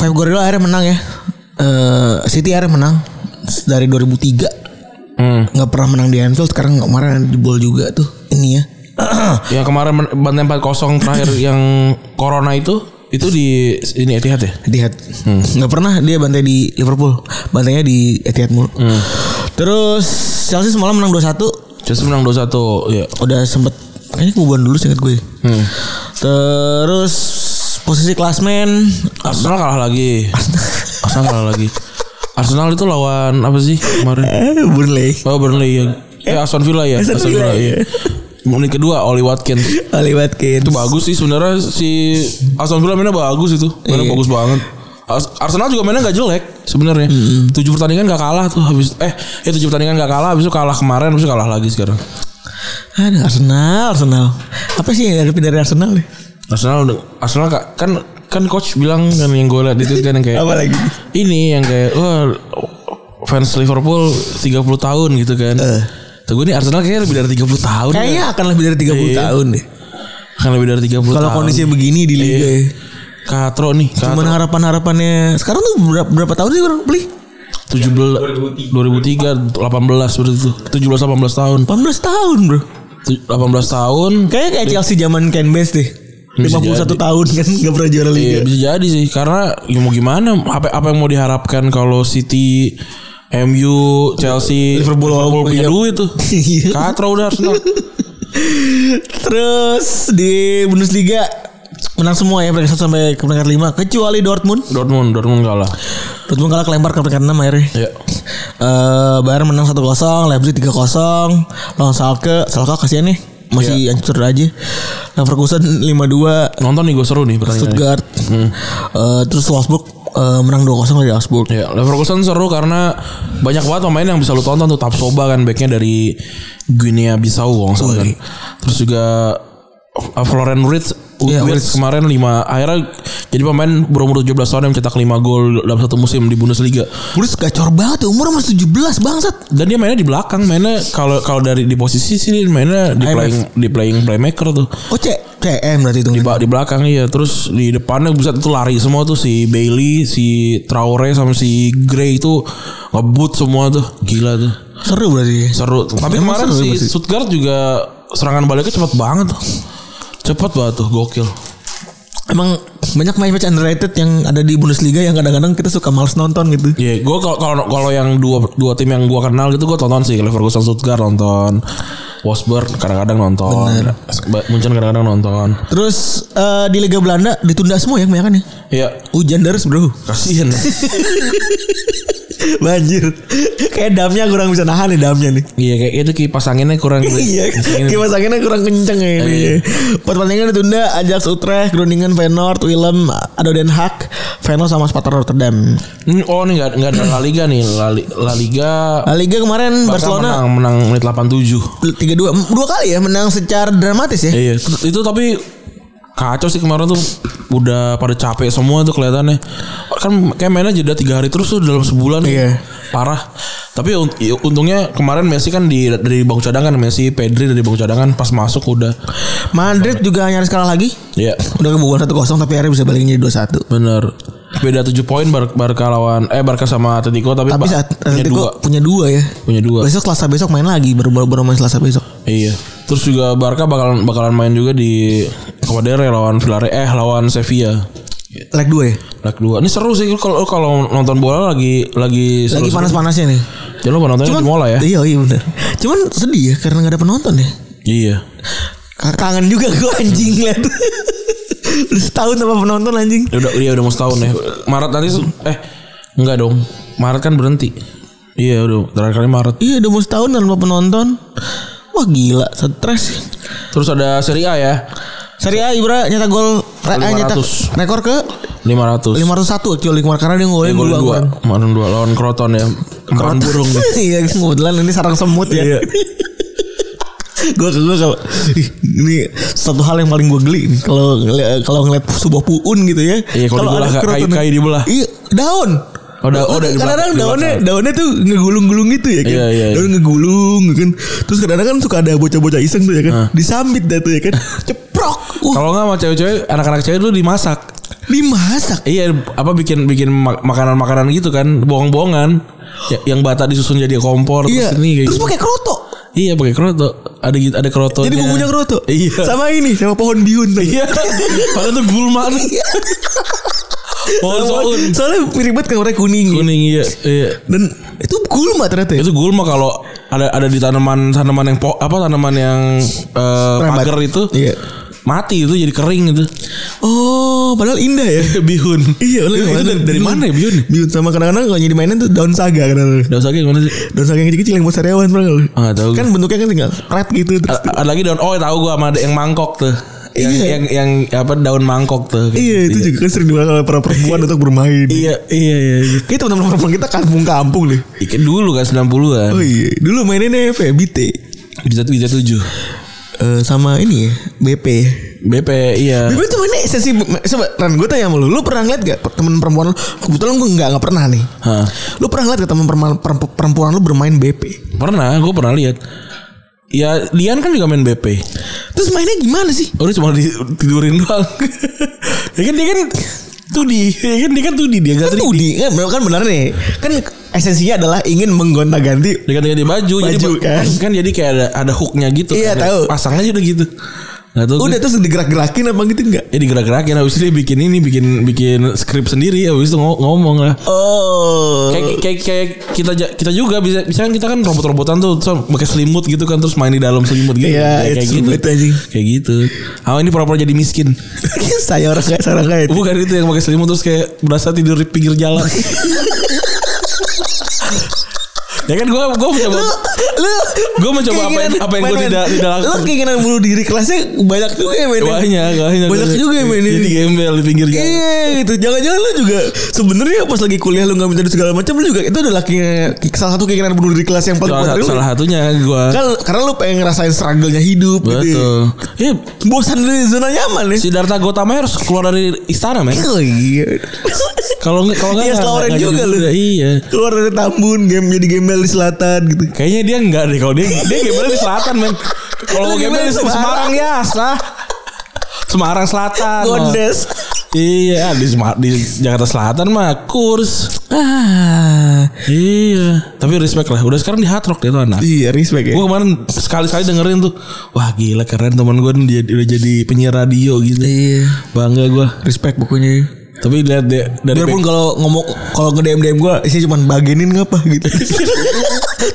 S3: Pep Guardiola akhirnya menang ya Eh, City akhirnya menang dari 2003
S2: hmm.
S3: nggak pernah menang di Anfield sekarang nggak kemarin jebol juga tuh ini ya
S2: yang kemarin men- bantai empat kosong terakhir yang corona itu itu di ini Etihad ya
S3: Etihad
S2: Hmm.
S3: nggak pernah dia bantai di Liverpool bantainya di Etihad mulu terus Chelsea semalam menang 2-1
S2: Chelsea menang 2-1 ya.
S3: udah sempet kayaknya kubuan dulu singkat gue
S2: Hmm.
S3: terus posisi klasmen
S2: Arsenal kalah lagi. Arsenal kalah lagi. Arsenal itu lawan apa sih kemarin?
S3: eh Burnley
S2: Oh Burnley ya. Eh Aston Villa ya.
S3: Aston
S2: Aston
S3: Villa,
S2: Villa iya. Menit kedua Oli Watkins.
S3: Oli
S2: Itu
S3: Watkins
S2: bagus sih sebenarnya si Aston Villa mainnya bagus itu. Mainnya
S3: Iya.
S2: bagus banget. Ars- Arsenal juga mainnya gak jelek sebenarnya. Tujuh pertandingan gak kalah tuh habis eh ya tujuh pertandingan gak kalah habis itu kalah kemarin habis itu kalah lagi sekarang.
S3: Aduh, Arsenal Arsenal apa sih yang dihadapi dari Arsenal ya
S2: Arsenal udah Arsenal ka- kan kan coach bilang kan yang gue liat di tweet kan yang kayak
S3: lagi
S2: ini yang kayak wah fans Liverpool 30 tahun gitu kan.
S3: Eh.
S2: Tuh gue nih Arsenal kayaknya lebih dari 30 tahun.
S3: kayaknya akan lebih dari 30
S2: Iya.
S3: tahun deh
S2: Kan lebih dari 30
S3: kalau
S2: tahun.
S3: kondisi begini di liga ya.
S2: Iya. Katro nih,
S3: cuman
S2: Katro.
S3: harapan-harapannya sekarang tuh berapa, berapa tahun sih orang beli
S2: 17 2003 18 berarti itu. 17 18 tahun.
S3: 18 tahun bro
S2: 18 tahun.
S3: kayaknya kayak Chelsea zaman Ken Base deh
S2: Bisa
S3: 51 tahun kan gak pernah juara
S2: Iya,
S3: liga
S2: bisa jadi sih karena ya mau gimana apa apa yang mau diharapkan kalau City MU Chelsea
S3: Liverpool,
S2: punya
S3: iya.
S2: duit tuh
S3: Iya.
S2: Katro udah Arsenal
S3: Terus di Bundesliga menang semua ya peringkat 1 sampai ke peringkat 5 kecuali Dortmund.
S2: Dortmund Dortmund kalah
S3: Dortmund kalah ke Lampard ke peringkat 6 akhirnya.
S2: ya
S3: Eh, Bayern menang 1-0, Leipzig 3-0, lawan Schalke, Schalke kasihan nih masih hancur aja. Leverkusen 5-2,
S2: nonton nih gue seru nih pertandingan
S3: Stuttgart.
S2: Hmm.
S3: Eh, terus Wolfsburg eh, menang 2-0 dari Augsburg.
S2: Ya, Leverkusen seru karena banyak banget pemain yang bisa lu tonton tuh Tapsoba kan backnya dari Guinea Bissau kalau nggak salah kan. Terus juga uh, Florian Wirtz
S3: Iya,
S2: Wirtz
S3: Wirtz.
S2: kemarin 5 akhirnya jadi pemain berumur 17 tahun yang mencetak 5 gol dalam satu musim di Bundesliga.
S3: Terus gacor banget ya, umur masih 17 bangsat.
S2: Dan dia mainnya di belakang, mainnya kalau kalau dari di posisi sih dia mainnya di
S3: IMF.
S2: playing di playing playmaker tuh.
S3: Oh, C CM berarti itu.
S2: Di, ba- di belakang iya, terus di depannya buset itu lari semua tuh si Bailey, si Traore sama si Gray itu ngebut semua tuh. Gila tuh.
S3: Seru berarti.
S2: Seru. Tapi
S3: Emang
S2: kemarin
S3: seru
S2: si
S3: pasti.
S2: Stuttgart juga serangan baliknya cepet banget tuh. Cepet banget tuh, gokil.
S3: Emang banyak match-match underrated yang ada di Bundesliga yang kadang-kadang kita suka males nonton gitu.
S2: Ya, gue kalau kalau kalau yang dua dua tim yang gua kenal gitu gue tonton sih Leverkusen Stuttgart nonton, Wolfsburg kadang-kadang nonton, Ba- Munchen kadang-kadang nonton.
S3: Terus eh, di Liga Belanda ditunda semua ya kebanyakan ya.
S2: Iya,
S3: Hujan deres bro.
S2: kasihan.
S3: Banjir. Kayak damnya kurang bisa nahan nih damnya nih.
S2: Iya kayak itu kipas anginnya kurang. gitu.
S3: Iya,
S2: kipas angin.
S3: kipas anginnya kurang kenceng ya
S2: Iya.
S3: ini. Empat pertandingan ditunda, Ajax Utrecht, Groningen, Feyenoord, Willem, ada Den Haag, Feyenoord sama Sparta Rotterdam.
S2: Hmm, Oh nih nggak nggak ada La Liga nih La, Li- La Liga.
S3: La Liga kemarin
S2: Barca
S3: Barcelona
S2: menang, menang menit 87.
S3: 3-2 dua kali ya menang secara dramatis ya.
S2: Iya itu tapi kacau sih kemarin tuh udah pada capek semua tuh kelihatannya kan kayak mainnya jeda tiga hari terus tuh dalam sebulan
S3: Iya.
S2: parah tapi un- ya, untungnya kemarin Messi kan di dari bangku cadangan Messi Pedri dari bangku cadangan pas masuk udah
S3: Madrid juga nyaris kalah lagi.
S2: ya
S3: Udah kebobolan 1-0 tapi akhirnya bisa balikin jadi 2-1.
S2: bener beda 7 poin Bar- Barca lawan eh Barca sama Atletico tapi,
S3: Tapi
S2: Ba-
S3: saat
S2: punya
S3: Atletico
S2: dua
S3: punya dua ya.
S2: punya dua
S3: Besok Selasa besok main lagi baru baru, baru main Selasa besok.
S2: Iya. Terus juga Barca bakalan bakalan main juga di Copadere lawan Villarreal eh lawan Sevilla.
S3: Leg dua ya.
S2: Lag dua. Ini seru sih kalau kalau nonton bola lagi lagi
S3: Lagi
S2: seru-seru.
S3: panas-panasnya nih.
S2: Jangan lupa nontonnya di mola ya.
S3: Iya iya benar. Cuman sedih ya karena nggak ada penonton ya.
S2: Iya.
S3: Kangen juga gue anjing liat. Udah setahun tanpa penonton anjing.
S2: Ya Udah iya udah mau setahun ya. Maret nanti se- eh enggak dong. Maret kan berhenti. Iya udah terakhir kali Maret.
S3: Iya udah mau setahun tanpa penonton. Wah gila stres.
S2: Terus ada Serie A ya.
S3: Seri A Ibra nyetak gol eh, nyetak
S2: 500.
S3: rekor ke
S2: 500.
S3: 501 actually kemarin karena dia ngolin
S2: Gol
S3: dua.
S2: Eh, dua.
S3: kemarin.
S2: Kemarin dua lawan Kroton ya. Kemarin burung.
S3: nih. Iya, kebetulan ini sarang semut ya.
S2: Iya.
S3: gue gue kalau ih, ini satu hal yang paling gue geli nih. kalau ngeli- kalau ngeliat sebuah puun gitu ya
S2: Iya, kalau dibelah,
S3: ada
S2: kayu-
S3: kerutan-
S2: kayu dibelah.
S3: iya daun
S2: Oh, da- oh, da-
S3: kadang-kadang
S2: dibakar.
S3: daunnya daunnya tuh ngegulung-gulung gitu ya kan
S2: Iya, iya, iya.
S3: daun ngegulung kan terus kadang-kadang kan suka ada bocah-bocah iseng tuh ya kan
S2: Ah.
S3: disambit dah tuh ya kan ceprok uh,
S2: Kalau enggak sama cewek-cewek anak-anak cewek dulu dimasak.
S3: dimasak
S2: Iya, apa bikin bikin mak- makanan-makanan gitu kan, bohong-bohongan. Ya, yang bata disusun jadi kompor
S3: iya
S2: terus ini kayak
S3: terus
S2: gitu.
S3: pakai kroto
S2: Iya, pakai kroto. Ada gitu, ada kroto.
S3: jadi bumbunya kroto
S2: Iya.
S3: sama ini sama pohon bihun tuh.
S2: Iya. Padahal tuh gulma tuh.
S3: Iya.
S2: Pohon soun.
S3: soalnya mirip banget kan warnanya kuning
S2: Kuning iya, iya.
S3: dan itu gulma ternyata ya
S2: Itu gulma kalau ada ada di tanaman tanaman yang po, apa tanaman yang eh,
S3: Rambat.
S2: pagar itu
S3: Iya.
S2: mati itu jadi kering gitu
S3: Oh, padahal indah ya.
S2: bihun
S3: Iya,
S2: itu,
S3: padahal
S2: itu dari, dari mana ya bihun
S3: Bihun sama kadang-kadang kalau jadi mainan tuh daun saga kadang
S2: daun saga gimana sih
S3: Daun saga yang kecil-kecil yang buat sariawan pernah nggak lu?
S2: Ah, nggak tahu
S3: Kan bentuknya kan tinggal red gitu terus.
S2: A- ada lagi daun oh tahu gua sama ada yang mangkok tuh yang,
S3: Iya.
S2: yang yang apa daun mangkok tuh
S3: Iya, itu juga kan sering digunakan oleh para perempuan untuk bermain.
S2: iya iya iya, iya.
S3: Kayak teman-teman perempuan kita kampung-kampung deh.
S2: Ikan dulu kan 90-an.
S3: Oh iya, dulu mainnya VBT
S2: Bisa tujuh, bisa tujuh.
S3: Eh sama ini ya, BP.
S2: BP iya.
S3: BP tuh mainnya sensi coba Ran gue tanya sama lu, lu pernah ngeliat gak temen perempuan lu? Kebetulan gue nggak nggak pernah nih.
S2: Hah.
S3: Lu pernah ngeliat gak temen perempuan, perempu- perempuan lu bermain BP?
S2: Pernah, gue pernah lihat. Ya Dian kan juga main BP.
S3: Terus mainnya gimana sih?
S2: Udah cuma di- tidurin doang. ya kan dia kan tudi, ya kan dia kan tudi dia gak
S3: Kan
S2: tadi.
S3: tudi kan, bener- kan bener nih. Kan esensinya adalah ingin menggonta-ganti
S2: Dia ganti baju,
S3: Baju,
S2: jadi,
S3: kan.
S2: kan jadi kayak ada ada hooknya gitu.
S3: Iya,
S2: Kayak
S3: tahu.
S2: Pasang aja udah gitu. Gak tahu.
S3: Udah
S2: Udah.
S3: terus digerak-gerakin apa gitu enggak?
S2: Ya digerak-gerakin habis itu dia bikin ini bikin bikin skrip sendiri habis itu ngo- ngomong lah.
S3: Oh.
S2: kayak kayak kayak kita ja- kita juga bisa bisa kan kita kan robot-robotan tuh terus pakai selimut gitu kan terus main di dalam selimut gitu
S3: Iya,
S2: kayak,
S3: itu
S2: gitu
S3: selimut, anjing.
S2: kayak gitu ah ini pura-pura jadi miskin
S3: saya orang kayak sarang kayak
S2: bukan itu yang pakai selimut terus kayak berasa tidur di pinggir jalan ya kan gua gua mencoba
S3: lu
S2: Gua mencoba apa yang-
S3: keinginan-
S2: apa yang gua
S3: main-main.
S2: tidak- tidak lakukan. iya.
S3: Lu keinginan bunuh diri kelasnya banyak juga ya men.
S2: banyak banyak
S3: Banyak juga yang main ini.
S2: jadi gembel di pinggir jalan
S3: Iya gitu. Jangan-jangan lu juga sebenarnya pas lagi kuliah lu nggak minta duit segala macam lu juga itu adalah keinginan- salah satu keinginan bunuh diri kelas yang paling
S2: salah,
S3: besar lu.
S2: salah satunya gua
S3: Kan karena lu pengen ngerasain struggle-nya hidup gitu.
S2: betul ya
S3: Bosan dari zona nyaman ya.
S2: si Darta Gotama harus keluar dari istana men
S3: Oh, iya.
S2: kalau nggak kalau nggak
S3: Iya,
S2: nggak-
S3: Slauren
S2: nggak
S3: juga
S2: jadi
S3: lu.
S2: budak. iya
S3: Keluar dari Tambun, game jadi gembel di selatan gitu.
S2: Kayaknya dia enggak deh kalau dia dia gimana di selatan men. Kalau
S3: Lu
S2: gimana
S3: gimana
S2: di
S3: di
S2: Semarang,
S3: Semarang?
S2: ya sah. Semarang Selatan.
S3: Gondes.
S2: Iya di, Semar- di Jakarta Selatan mah kurs.
S3: Ah.
S2: Iya. Tapi respect lah. Udah sekarang di Hard Rock dia tuh anak.
S3: Iya, respect ya.
S2: Gue kemarin sekali-sekali dengerin tuh Wah gila keren teman gue dia udah jadi penyiar radio gitu
S3: Iya.
S2: Bangga gue
S3: Respect pokoknya.
S2: Tapi lihat dia dari
S3: Biarpun kalau ngomong kalau nge DM DM gue isinya cuma bagenin ngapa gitu.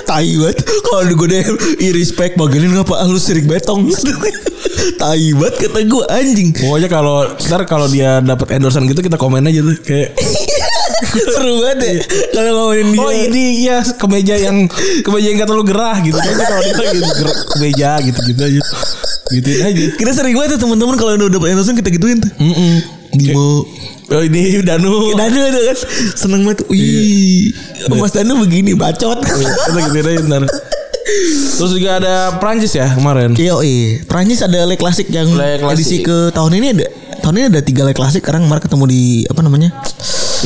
S3: tai banget. Kalau gue DM i respect bagenin ngapa Ah, lu sirik betong. tai banget kata gue anjing.
S2: Pokoknya kalau ntar kalau dia dapat endorsean gitu kita komen aja tuh kayak
S3: Seru banget ya. Kalau ngomongin dia.
S2: Oh ini ya kemeja yang kemeja yang gak terlalu gerah gitu kan kalau dia gitu gerah kemeja gitu gitu aja gitu aja.
S3: Kita sering banget ya teman-teman kalau udah dapet endorsement kita gituin tuh.
S2: Mm-mm.
S3: Bimo.
S2: Oh ini Danu.
S3: Danu ada kan seneng banget. Wih.
S2: Iya.
S3: Mas Danu begini bacot.
S2: Kita gitu aja ntar. Terus juga ada Prancis ya kemarin.
S3: Iya, iya. Prancis ada Le Classic yang
S2: Le Classic.
S3: edisi ke tahun ini ada tahun ini ada tiga Le Classic sekarang kemarin ketemu di apa namanya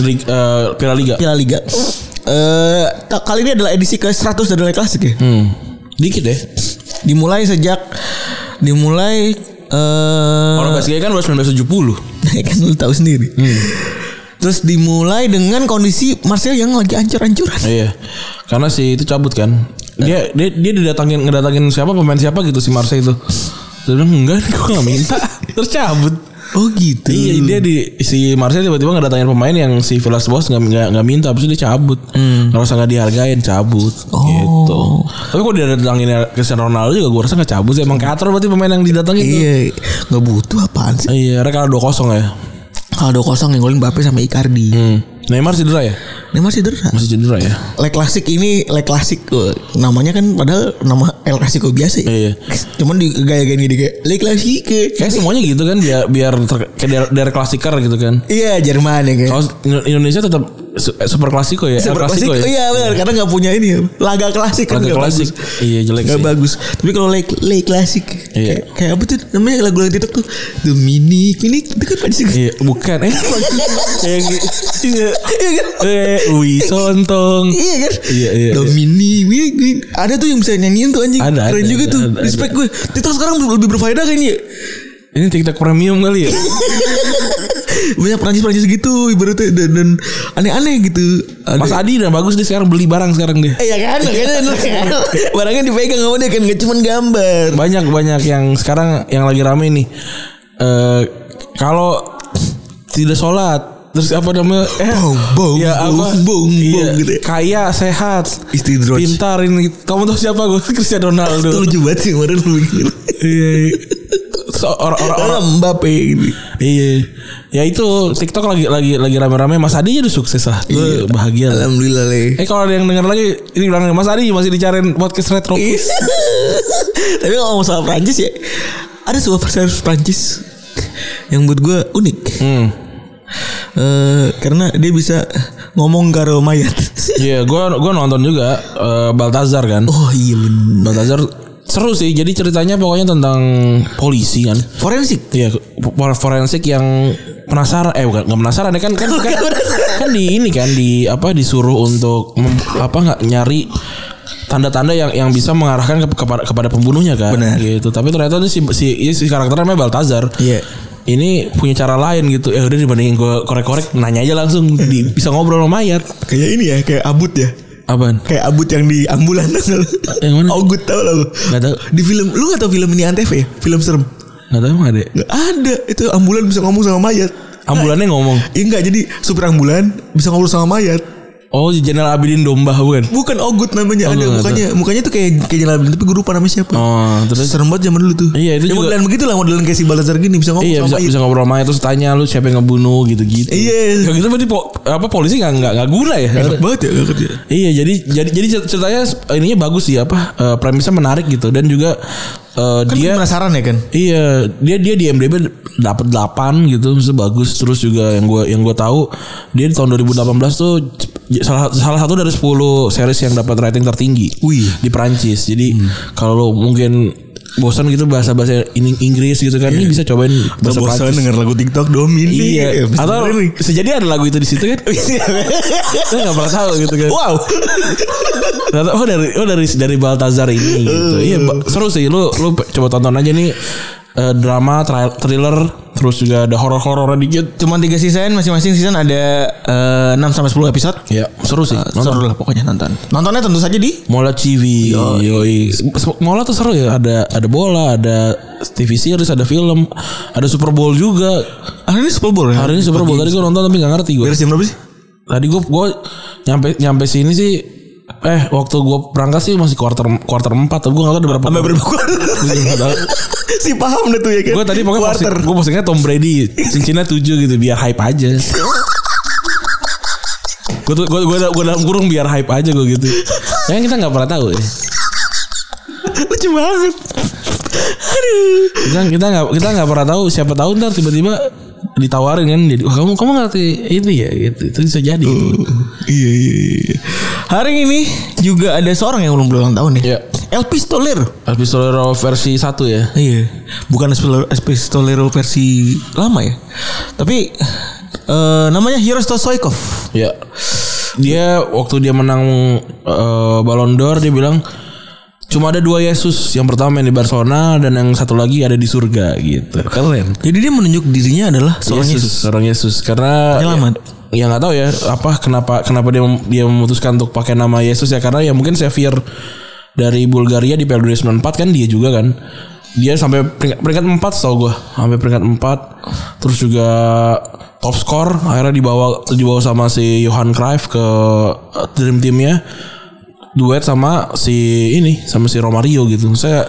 S2: Lig, eh, Piala Liga.
S3: Piala Liga. Eh ta- kali ini adalah edisi ke 100 dari Le Classic ya.
S2: Hmm. Dikit deh.
S3: Dimulai sejak dimulai eh
S2: Orang PSG kan udah 1970.
S3: kan lu tahu sendiri.
S2: Hmm.
S3: Terus dimulai dengan kondisi Marcel yang lagi ancur-ancuran.
S2: Iya. Karena si itu cabut kan. Dia dia dia didatangin ngedatangin siapa pemain siapa gitu si Marseille itu. Dia bilang enggak, gue gak minta. Terus cabut.
S3: Oh gitu.
S2: Iya dia di si Marcel tiba-tiba ngedatangin pemain yang si Villas Boas nggak nggak nggak minta, habis itu dia cabut. Ngerasa nggak dihargain, cabut. Gitu. Tapi kok dia datangin Cristiano Ronaldo juga gue rasa nggak cabut sih. Emang katro berarti pemain yang didatangin. tuh.
S3: Iya, nggak butuh apaan sih.
S2: Iya, mereka dua kosong ya.
S3: Kalau 2 kosong yang golin Mbappe sama Icardi.
S2: Hmm. Neymar cedera ya?
S3: Neymar cedera.
S2: Masih cedera ya?
S3: Le Classic ini Le Classic eh, namanya kan padahal nama El Clasico biasa ya.
S2: Iya.
S3: Cuman di gaya-gaya gini kayak Le Classic.
S2: Kayak semuanya gitu kan biar biar ter- kayak dari, dari klasiker gitu kan.
S3: Iya Jerman ya kayak.
S2: Kalau Indonesia tetap su- super klasiko ya, El
S3: Super
S2: Clasico
S3: Clasico
S2: ya.
S3: iya benar karena nggak punya ini ya. laga klasik kan
S2: Laga
S3: nggak
S2: klasik.
S3: bagus.
S2: Iya, jelek
S3: Nggak
S2: sih.
S3: bagus. Tapi kalau Le, Le Classic
S2: Iya.
S3: kayak, kayak apa tuh namanya lagu lagu TikTok tuh Dominic ini itu kan pada sih.
S2: Iya, bukan. Eh, kayak gitu.
S3: Iya kan?
S2: Eh, Wi Sontong.
S3: Iya kan?
S2: Iya, iya, iya.
S3: Dominic ini- ini. ada tuh yang bisa nyanyiin tuh anjing.
S2: Ada,
S3: Keren
S2: ada,
S3: juga
S2: ada,
S3: tuh.
S2: ada,
S3: Respect
S2: ada.
S3: gue. TikTok sekarang lebih berfaedah kayaknya. ya.
S2: Ini TikTok premium kali ya?
S3: banyak Prancis Prancis gitu ibaratnya dan, dan aneh-aneh gitu. Ada-
S2: Mas Adi udah bagus dia sekarang beli barang sekarang dia.
S3: Iya kan, makanya kan. barangnya dipegang sama dia kan nggak cuma gambar.
S2: Banyak banyak yang sekarang yang lagi rame nih. Eh kalau tidak sholat terus apa namanya eh
S3: Bong, bong,
S2: ya
S3: bong,
S2: apa
S3: bong,
S2: iya,
S3: bong gitu ya.
S2: kaya sehat
S3: Istidroj.
S2: pintar ini gitu. kamu tahu siapa gue Cristiano Ronaldo
S3: Itu lucu banget sih kemarin lu bikin.
S2: iya iya. So, orang orang orang-
S3: Orang Mbappe gitu.
S2: iya ya itu TikTok lagi lagi lagi rame-rame Mas Adi jadi sukses lah
S3: Iya.
S2: gue bahagia lah
S3: Alhamdulillah le.
S2: eh kalau ada yang dengar lagi ini bilang Mas Adi masih dicariin podcast retro
S3: Iya. Tapi kalau soal Prancis ya, ada sebuah versi Prancis yang buat gue unik.
S2: hmm.
S3: Eh, karena dia bisa ngomong karo mayat.
S2: Iya, gua gua nonton juga eh, Baltazar kan.
S3: oh iya bener.
S2: Baltazar seru sih. Jadi ceritanya pokoknya tentang polisi kan.
S3: Forensik.
S2: Iya, for- forensik yang penasaran eh bukan nggak penasaran ya kan kan, kan, kan di ini kan di apa disuruh untuk mem- apa nggak nyari tanda-tanda yang yang bisa mengarahkan ke- kepada kepada pembunuhnya kan
S3: Benar.
S2: gitu. Tapi ternyata ini si si, iya, si karakternya namanya Baltazar.
S3: Iya.
S2: Ini punya cara lain gitu. Ya udah dibandingin gua korek-korek nanya aja langsung di, bisa ngobrol sama mayat.
S3: Kayak ini ya, kayak abut ya.
S2: Apaan?
S3: Kayak abut yang di ambulan tau nggak lu?
S2: Yang mana?
S3: Ogut tau lah lu.
S2: Nggak tahu.
S3: Di film, lu gak tau film ini Antv ya? Film serem.
S2: Gak tau emang ada ya?
S3: Gak ada. Itu ambulan bisa ngomong sama mayat.
S2: Ambulannya ngomong
S3: Iya enggak jadi supir ambulan bisa ngobrol sama mayat.
S2: Oh Jenderal Abidin Domba bukan
S3: Bukan Ogut namanya
S2: Oh,
S3: ada
S2: nggak
S3: mukanya mukanya tuh kayak kayak jalan tapi gue lupa namanya siapa.
S2: Oh terus
S3: Serem banget zaman dulu tuh.
S2: Iya, itu
S3: ya,
S2: juga-
S3: modelan begitu lah modelan kayak si Baltazar gini bisa ngomong
S2: Iya bisa,
S3: Oh, sama mayat.
S2: bisa ngobrol sama dia, Terus tanya lu siapa yang ngebunuh gitu-gitu
S3: Iya.
S2: Ya gitu berarti po- apa, polisi gak, nggak nggak guna ya
S3: Enak banget ya kakak dia.
S2: Iya jadi jadi jadi ceritanya ininya bagus sih apa eh, premisnya menarik gitu dan juga eh,
S3: Kan
S2: dia
S3: penasaran ya kan?
S2: Iya, dia dia di MDB dapat 8 gitu, maksudnya bagus terus juga yang gue yang gue tahu dia di tahun 2018 tuh j- salah salah satu dari 10 series yang dapat rating tertinggi
S3: Wih. Hmm.
S2: di Prancis. Jadi kalau lo mungkin bosan gitu bahasa-bahasa in- Inggris gitu kan, ini bisa cobain
S3: Udah
S2: bahasa
S3: Iya. bosan
S2: Prancis.
S3: denger lagu TikTok Domini.
S2: Iya,
S3: Eh, bisa
S2: atau
S3: dengerin nih.
S2: sejadi ada lagu itu di situ kan? Kita nggak pernah tahu gitu kan?
S3: Wow.
S2: Ternyata, oh dari oh dari dari Baltazar ini gitu. Iya ba- seru sih lu lu pe- coba tonton aja nih eh, drama tri- thriller terus juga ada horor-horor dikit.
S3: Cuman 3 season masing-masing season ada 6 sampai 10 episode.
S2: Ya, seru sih.
S3: Ah, Seru lah pokoknya nonton. Nontonnya tentu saja di
S2: Mola TV, yoi. Se- Mola tuh seru ya. Ada ada bola, ada TV series, ada film, ada Super Bowl juga.
S3: Hari ini Super Bowl ya?
S2: Hari ini Super Bowl tadi gue nonton tapi gak ngerti gue.
S3: Beres jam berapa sih?
S2: Tadi gue gue nyampe nyampe sini sih eh waktu gue berangkat sih masih quarter quarter 4 tapi gue gak tahu ada berapa.
S3: Sampai berapa quarter?
S2: Gue nggak tahu.
S3: si paham deh tuh ya kan?
S2: Gue tadi pokoknya
S3: quarter.
S2: posting, gue postingnya Tom Brady cincinnya 7 gitu biar hype aja. Gue tuh gue gue gue dalam kurung biar hype aja gue gitu. Ya kita nggak pernah tahu ya.
S3: Lucu banget. Aduh.
S2: Kita kita nggak kita nggak pernah tahu siapa tahu ntar tiba-tiba ditawarin kan jadi wah kamu kamu ngerti itu ya gitu itu bisa jadi gitu.
S3: Iya, iya, iya. Hari ini juga ada seorang yang belum berulang tahun
S2: Iya.
S3: ya. El Pistolero.
S2: Habis Solero versi 1 ya.
S3: Iya. Bukan Espilero- Espistolero versi lama ya. Tapi eh, namanya Hirosto Soikov.
S2: Ya. Dia waktu dia menang eh, Ballon d'Or dia bilang cuma ada dua Yesus, yang pertama yang di Barcelona dan yang satu lagi ada di surga gitu. Keren.
S3: Jadi dia menunjuk dirinya adalah seorang
S2: Yesus,
S3: Yesus.
S2: seorang Yesus karena
S3: Penyelamat.
S2: Ya ya nggak tahu ya apa kenapa kenapa dia mem- dia memutuskan untuk pakai nama Yesus ya karena ya mungkin Xavier dari Bulgaria di Piala Dunia 94 kan dia juga kan. Dia sampai peringkat, peringkat 4 tau gue Sampai peringkat 4 Terus juga top score Akhirnya dibawa dibawa sama si Johan Cruyff ke eh, dream teamnya Duet sama si ini Sama si Romario gitu Saya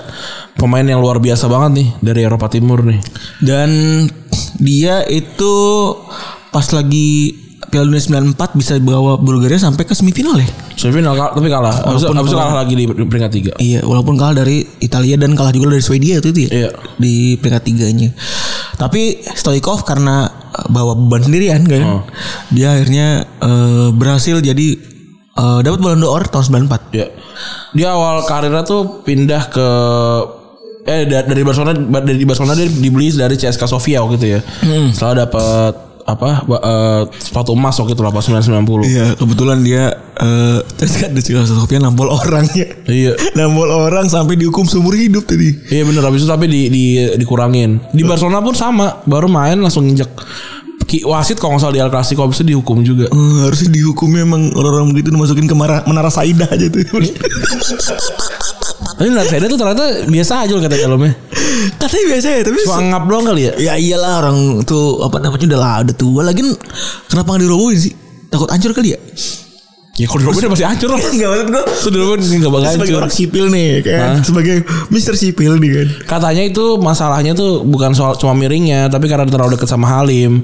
S2: pemain yang luar biasa banget nih Dari Eropa Timur nih
S3: Dan dia itu pas lagi Piala Dunia 94 bisa bawa Bulgaria sampai ke semifinal ya.
S2: Semifinal kalah, tapi kalah. Abis,
S3: Walaupun
S2: abis itu kalah
S3: kalah.
S2: lagi di di peringkat tiga.
S3: Iya, walaupun kalah dari Italia dan kalah juga dari Swedia itu, itu ya.
S2: Iya.
S3: Di peringkat tiganya. Tapi Stoikov karena eh, bawa beban sendirian kan. Dia akhirnya eh, berhasil jadi eh, dapat Ballon d'Or tahun 94.
S2: Ya. Dia awal karirnya tuh pindah ke eh da- dari Barcelona dari Barcelona dia dibeli dari CSKA Sofia waktu itu ya. Setelah dapat apa ba- eh, sepatu emas waktu itu 8990.
S3: Iya, kebetulan dia eh terus kan di Cikoso Sofian nampol orang ya.
S2: Iya.
S3: Nampol orang sampai dihukum seumur hidup tadi.
S2: Iya bener habis itu tapi di, di dikurangin. Di Barcelona pun sama, baru main langsung injek Ki- wasit kalau nggak salah di El Clasico habis itu dihukum juga.
S3: Eh, harusnya Iya. dihukumnya emang orang-orang begitu dimasukin ke mara- menara Saida aja tuh.
S2: Tapi Narkseda tuh ternyata biasa aja loh kata helmnya.
S3: Katanya biasa ya, tapi
S2: Suangap doang kali ya.
S3: ya iyalah orang tuh apa namanya udah lah udah tua lagi kenapa nggak dirobohin sih? Takut hancur kali ya?
S2: Ya kalau dirobohin dia pasti hancur lah.
S3: Enggak maksud gua.
S2: Itu dirobohin nggak bakal
S3: Sebagai
S2: hancur.
S3: orang sipil nih
S2: Hah?
S3: kan, sebagai Mister Sipil nih kan.
S2: Katanya itu masalahnya tuh bukan soal cuma miringnya, tapi karena terlalu dekat sama Halim.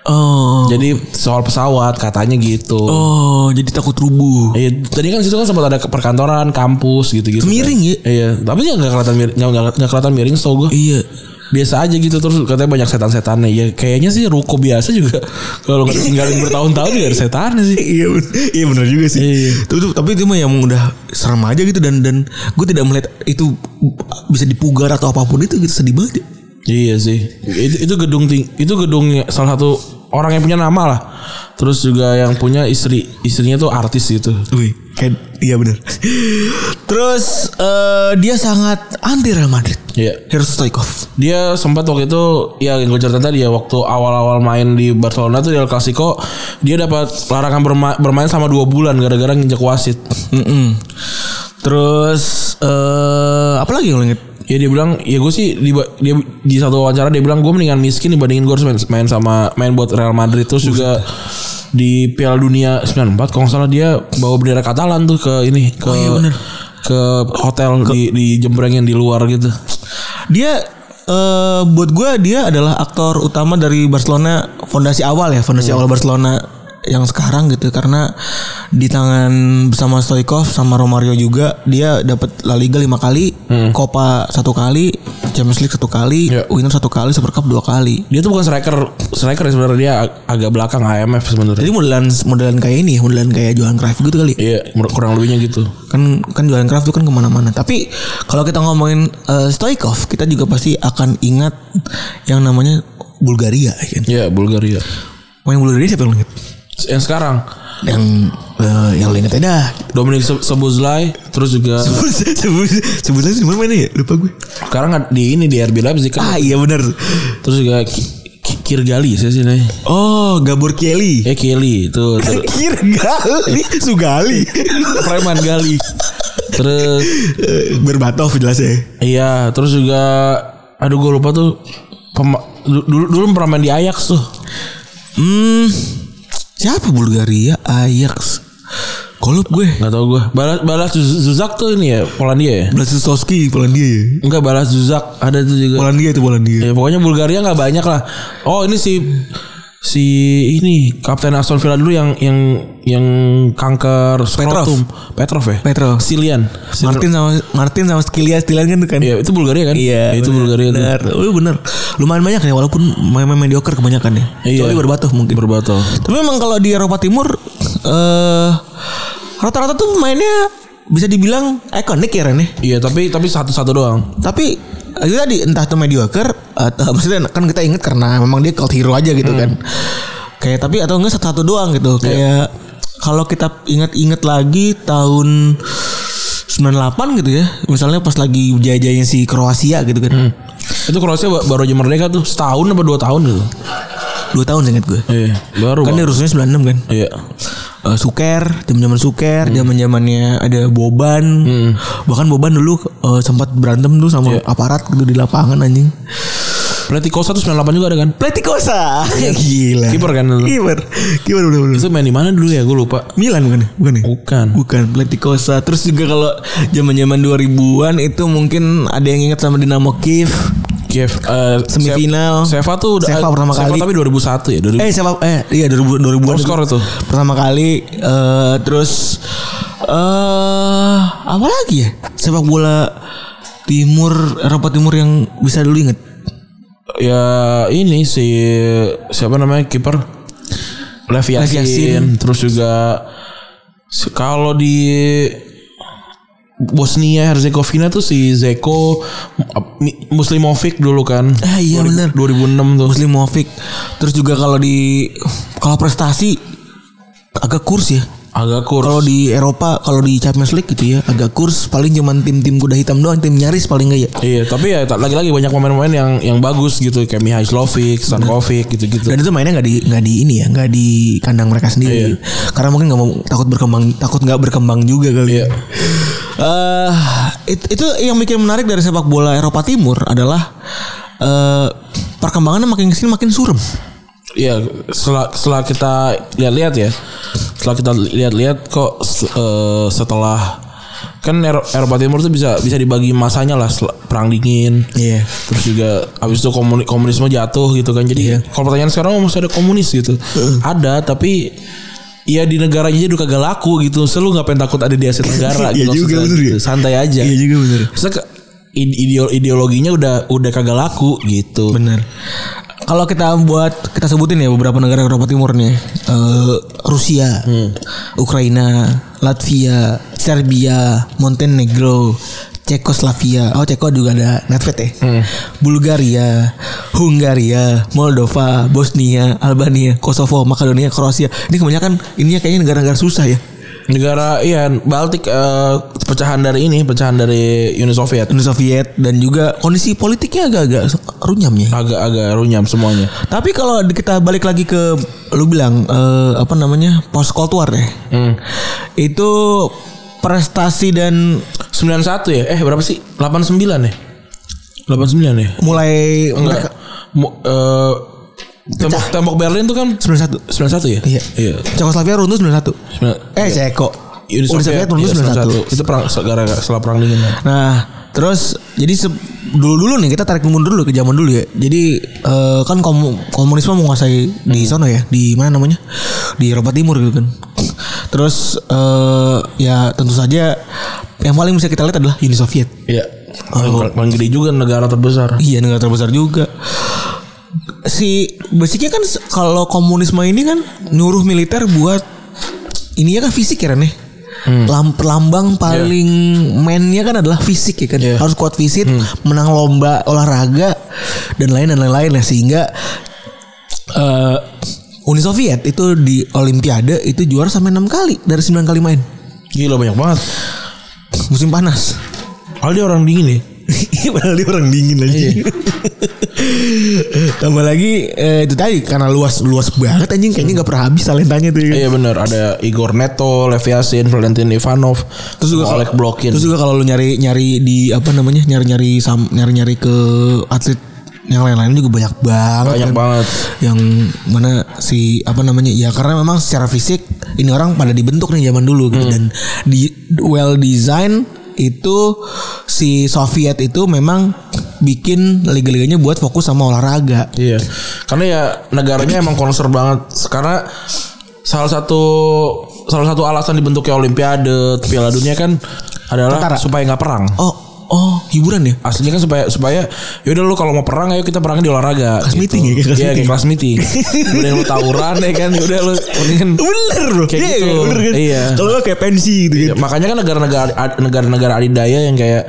S3: Oh,
S2: Jadi soal pesawat katanya gitu.
S3: oh jadi takut rubuh.
S2: Iya, tadi kan situ kan sempat ada ke- perkantoran, kampus gitu-gitu. kan.
S3: Miring ya?
S2: Iya, tapi ya nggak kelihatan miring, nggak nggak kelihatan miring so gue.
S3: Iya.
S2: Biasa aja gitu terus katanya banyak setan-setannya. Ya kayaknya sih ruko biasa juga kalau nggak tinggalin bertahun-tahun ya ada setan sih.
S3: Iya, ben- iya benar juga sih.
S2: Iya.
S3: Tapi, itu- tapi itu mah yang udah serem aja gitu dan dan gue tidak melihat itu bisa dipugar atau apapun itu gitu sedih banget. ya.
S2: Iya sih. Itu, itu gedung ting itu gedung ya, salah satu orang yang punya nama lah. Terus juga yang punya istri istrinya tuh artis gitu.
S3: Wih, kayak iya benar. Terus eh, dia sangat anti Real Madrid.
S2: Iya.
S3: Harus Stoikov.
S2: Dia sempat waktu itu ya yang gue ceritain tadi ya waktu awal-awal main di Barcelona tuh di El Clasico dia dapat larangan berma- bermain sama dua bulan gara-gara nginjek wasit.
S3: Terus eh apa lagi yang lo inget?
S2: Ya dia bilang ya gue sih di, ba- dia di satu wawancara dia bilang gue mendingan miskin dibandingin gue harus main, main sama main buat Real Madrid terus juga di Piala Dunia 94 kalau nggak salah dia bawa bendera Katalan tuh ke ini ke ke hotel di di jembrengin di luar gitu.
S3: Dia eh buat gue dia adalah aktor utama dari Barcelona fondasi awal ya fondasi awal Barcelona yang sekarang gitu karena di tangan bersama Stoikov sama Romario juga dia dapat La Liga lima kali, Copa satu kali, Champions League satu kali,
S2: Iya.
S3: Winner satu kali, Super Cup dua kali.
S2: Dia tuh bukan striker striker ya sebenarnya dia ag- agak belakang IMF sebenarnya.
S3: Jadi modelan modelan kayak ini ya, modelan kayak Johan Cruyff gitu kali. ya.
S2: Iya, mur- kurang lebihnya gitu.
S3: Kan kan Johan Cruyff tuh kan kemana-mana. Tapi kalau kita ngomongin eh, Stoikov, kita juga pasti akan ingat yang namanya Bulgaria ya kan.
S2: Iya, Bulgaria.
S3: Main bulu diri siapa yang lo inget?
S2: Yang sekarang
S3: Yang eh, yang lo inget aja dah.
S2: Dominic Se- Sebuzlai terus juga
S3: Sebut sebutnya sih mana ya? Lupa gue.
S2: sekarang ad- di ini di RB Leipzig kan.
S3: Ah iya benar.
S2: Terus juga Ki- Ki- Kirgali sih sih nih.
S3: Oh Gabor Kelly.
S2: Eh Kelly itu ter-
S3: Kirgali Sugali.
S2: preman Gali. Terus
S3: Eh, Berbatov jelas ya.
S2: iya, terus juga aduh gue lupa tuh pema- du- dulu dulu pernah main di Ajax tuh.
S3: Hmm. Siapa Bulgaria Ajax? Golop gue.
S2: Gak tau gue. Balas balas Zuz- Zuzak tuh ini ya Polandia ya.
S3: Blasistowski Polandia ya.
S2: Enggak balas Zuzak ada tuh juga.
S3: Polandia itu Polandia.
S2: Ya pokoknya Bulgaria nggak banyak lah. Oh ini si si ini kapten Aston Villa dulu yang yang yang kanker skrotum Petrov ya
S3: Petrov.
S2: Silian
S3: Martin sama Martin sama Skilia Skilia kan kan.
S2: Iya itu Bulgaria kan Ya, itu Bulgaria tuh.
S3: Benar. Oh, benar. Lumayan banyak ya walaupun memang mediocre kebanyakan ya.
S2: Iya.
S3: Kecuali Berbatov mungkin.
S2: Berbato
S3: Tapi memang kalau di Eropa Timur eh rata-rata tuh mainnya bisa dibilang ikonik ya Ren ya.
S2: Iya tapi tapi satu-satu doang
S3: Tapi eh, itu tadi entah tuh mediocre atau maksudnya kan kita inget karena memang dia cult hero aja gitu kan. Kayak tapi atau enggak satu-satu doang gitu. Kayak kalau kita inget-inget lagi tahun 98 gitu ya. Misalnya pas lagi jaya-jayanya si Kroasia gitu kan.
S2: Itu Kroasia ba- baru aja merdeka tuh Setahun apa dua tahun gitu
S3: Dua tahun seinget gue.
S2: Iya baru
S3: Kan
S2: Bang.
S3: dia rusuhnya 96 kan.
S2: Iya
S3: Eh, Suker, zaman-zaman Suker, zaman-zamannya ada Boban. Bahkan Boban dulu eh, sempat berantem tuh sama aparat gitu di lapangan anjing.
S2: Pletikosa tuh 98 juga ada kan
S3: Pletikosa. Gila.
S2: Kiper kan dulu.
S3: Kiper. Kiper bener bener.
S2: Itu main di mana dulu ya gue lupa
S3: Milan bukan? ya? Bukan. ya?
S2: Bukan
S3: Bukan Pletikosa. Terus juga kalau zaman-zaman 2000-an itu mungkin ada yang ingat sama Dinamo Kiev.
S2: Kiev eh,
S3: Semifinal.
S2: Sef- Seva tuh udah-
S3: Seva pertama kali.
S2: tapi 2001 ya 2000.
S3: Eh siapa? Eh iya 2000 2000-an.
S2: Top score itu.
S3: Pertama kali eh terus eh apa lagi ya? Sepak bola timur Eropa Timur yang bisa dulu inget.
S2: ya ini si siapa namanya kiper Lev
S3: Lev Yashin.
S2: Yashin terus juga se- kalau di Bosnia Herzegovina tuh si Zeko Mi- Muslimovic dulu kan
S3: Ah, iya, bener.
S2: 2006 tuh
S3: Muslimovic. Terus juga kalau di kalau prestasi agak kurs ya.
S2: agak kur
S3: Kalau di Eropa, kalau di Champions League gitu ya, agak kurs paling cuman tim-tim kuda hitam doang, tim nyaris paling enggak ya.
S2: iya tapi ya ta- lagi-lagi banyak pemain-pemain yang yang bagus gitu kayak Mihajlovic Stankovic gitu-gitu
S3: Dan itu mainnya nggak di nggak di ini ya, nggak di kandang mereka sendiri. Iya. Karena mungkin nggak mau takut berkembang, takut nggak berkembang juga kali. ya. Eh, It- itu yang bikin menarik dari sepak bola Eropa Timur adalah eh, perkembangannya makin kesini makin surem.
S2: Iya, setelah, setelah kita lihat-lihat ya, setelah kita lihat-lihat kok eh, setelah kan Ero- Eropa Timur tuh bisa bisa dibagi masanya lah setelah perang dingin,
S3: Iya.
S2: terus juga abis itu komuni- komunisme jatuh gitu kan
S5: Iya.
S2: jadi kalau pertanyaan sekarang masih ada komunis gitu ada tapi ya di negaranya aja udah kagak laku gitu selalu nggak pengen takut ada di Asia Tenggara
S5: Iya
S2: gitu
S5: juga,
S2: maksudnya
S5: bener ya.
S2: gitu. santai aja
S5: Iya juga, bener.
S2: Maksudnya ke- ide- ideo- ideologinya udah udah kagak laku gitu
S3: Bener. Kalau kita buat kita sebutin ya beberapa negara Eropa Timur nih, Eh, Rusia, Ukraina, Latvia, Serbia, Montenegro, Cekoslovakia, oh Ceko juga ada Netfet ya, Bulgaria, Hungaria, Moldova, Bosnia, Albania, Kosovo, Makedonia, Kroasia. Ini kebanyakan ininya kayaknya negara-negara susah ya.
S2: negara iya Baltik eh, pecahan dari ini pecahan dari Uni Soviet
S3: Uni Soviet dan juga kondisi politiknya agak-agak runyam ya.
S2: agak-agak runyam semuanya
S3: Tapi kalau di- kita balik lagi ke lu bilang eh, apa namanya post Cold War ya,
S2: Hmm.
S3: itu prestasi dan
S2: 91 ya eh berapa sih 89 ya 89 ya
S3: mulai mereka
S2: Enggak. Mu- eh, tembok, tembok Berlin tuh kan
S3: 91.
S2: 91 ya?
S3: Iya.
S2: Iya.
S3: Cekoslovakia runtuh 91.
S2: Sembilan-
S3: Eh
S2: iya.
S3: Ceko.
S2: Uni Soviet,
S3: runtuh
S2: iya, 91.
S3: 91.
S2: Itu perang gara setelah perang dingin.
S3: Nah, terus jadi se- dulu-dulu nih kita tarik mundur dulu ke zaman dulu ya. Jadi eh, kan komu- komunisme menguasai di
S2: Hmm.
S3: sana ya, di mana namanya? Di Eropa Timur gitu kan. Terus eh, ya tentu saja yang paling bisa kita lihat adalah Uni Soviet.
S2: Iya. Paling, paling gede juga negara terbesar.
S3: Iya negara terbesar juga. Si basicnya kan se- kalau komunisme ini kan nyuruh militer buat ininya kan fisik ya Ren ya? Lam, lambang paling mainnya kan adalah fisik ya kan
S2: Iya.
S3: harus kuat fisik menang lomba olahraga dan lain dan lain-lain ya sehingga eh, Uni Soviet itu di Olimpiade itu juara sampai enam kali dari 9 kali main
S2: Gila banyak banget.
S3: musim panas
S2: Kalau dia orang dingin ya.
S3: Iya, Padahal dia orang dingin lagi.
S2: Iya.
S3: Tambah lagi eh, itu tadi karena luas luas banget anjing kayaknya nggak pernah habis talentanya tuh. ya.
S2: Iya benar ada Igor Neto, Lev Yashin, Valentin Ivanov, terus juga Oleg Blokin.
S3: Terus juga kalau lu nyari nyari di apa namanya nyari nyari nyari nyari ke atlet yang lain-lain juga banyak banget.
S2: banyak
S3: kan.
S2: banget.
S3: Yang mana si apa namanya ya karena memang secara fisik ini orang pada dibentuk nih zaman dulu
S2: Hmm.
S3: gitu dan di well design itu si Soviet itu memang bikin liga-liganya buat fokus sama olahraga.
S2: Iya. Karena ya negaranya emang konser banget. Karena salah satu salah satu alasan dibentuknya Olimpiade, Piala Dunia kan adalah
S3: Tentara.
S2: supaya nggak perang.
S3: Oh, oh, hiburan ya?
S2: aslinya kan supaya supaya yaudah lu kalau mau perang ayo kita perangnya di olahraga kelas
S3: meeting ya, kayak kelas
S2: kelas iya, kayak kelas meeting kemudian lu tawuran ya kan yaudah lu mendingan
S3: Bener bro.
S2: Kayak
S3: Iya,
S2: gitu.
S3: bener kan?
S2: Iya.
S3: Kalau nggak kayak pensi gitu
S2: Ya,
S3: kan.
S2: makanya kan negara-negara ad- negara-negara adidaya yang kayak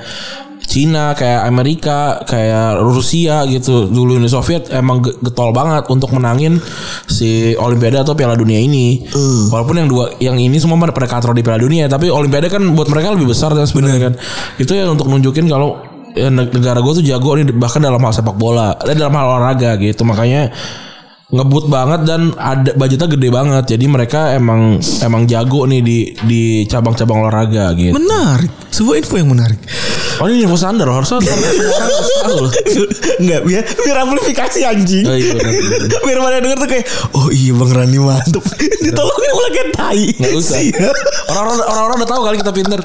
S2: Cina, kayak Amerika, kayak Rusia gitu. Dulu Uni Soviet emang ge- getol banget untuk menangin si Olimpiade atau Piala Dunia ini. Walaupun yang dua yang ini semua pada pada katro di Piala Dunia, tapi Olimpiade kan buat mereka lebih besar dan sebenarnya kan. Itu ya untuk nunjukin kalau ya, neg- negara gue tuh jago nih bahkan dalam hal sepak bola, eh, dalam hal olahraga gitu. Makanya ngebut banget dan ada budgetnya gede banget jadi mereka emang emang jago nih di di cabang-cabang olahraga gitu
S3: Menarik. Sebuah info yang menarik.
S2: oh ini info standar loh, harusnya harusnya semua orang harus tahu loh
S3: Enggak biar biar amplifikasi anjing.
S2: Oh, iya, bener, bener. Iya.
S3: biar pada denger tuh kayak oh iya Bang Rani mantep. Ditolongin ulang kayak tai. Iya.
S2: nggak usah
S3: Sia.
S2: orang-orang orang-orang udah tahu kali kita pinter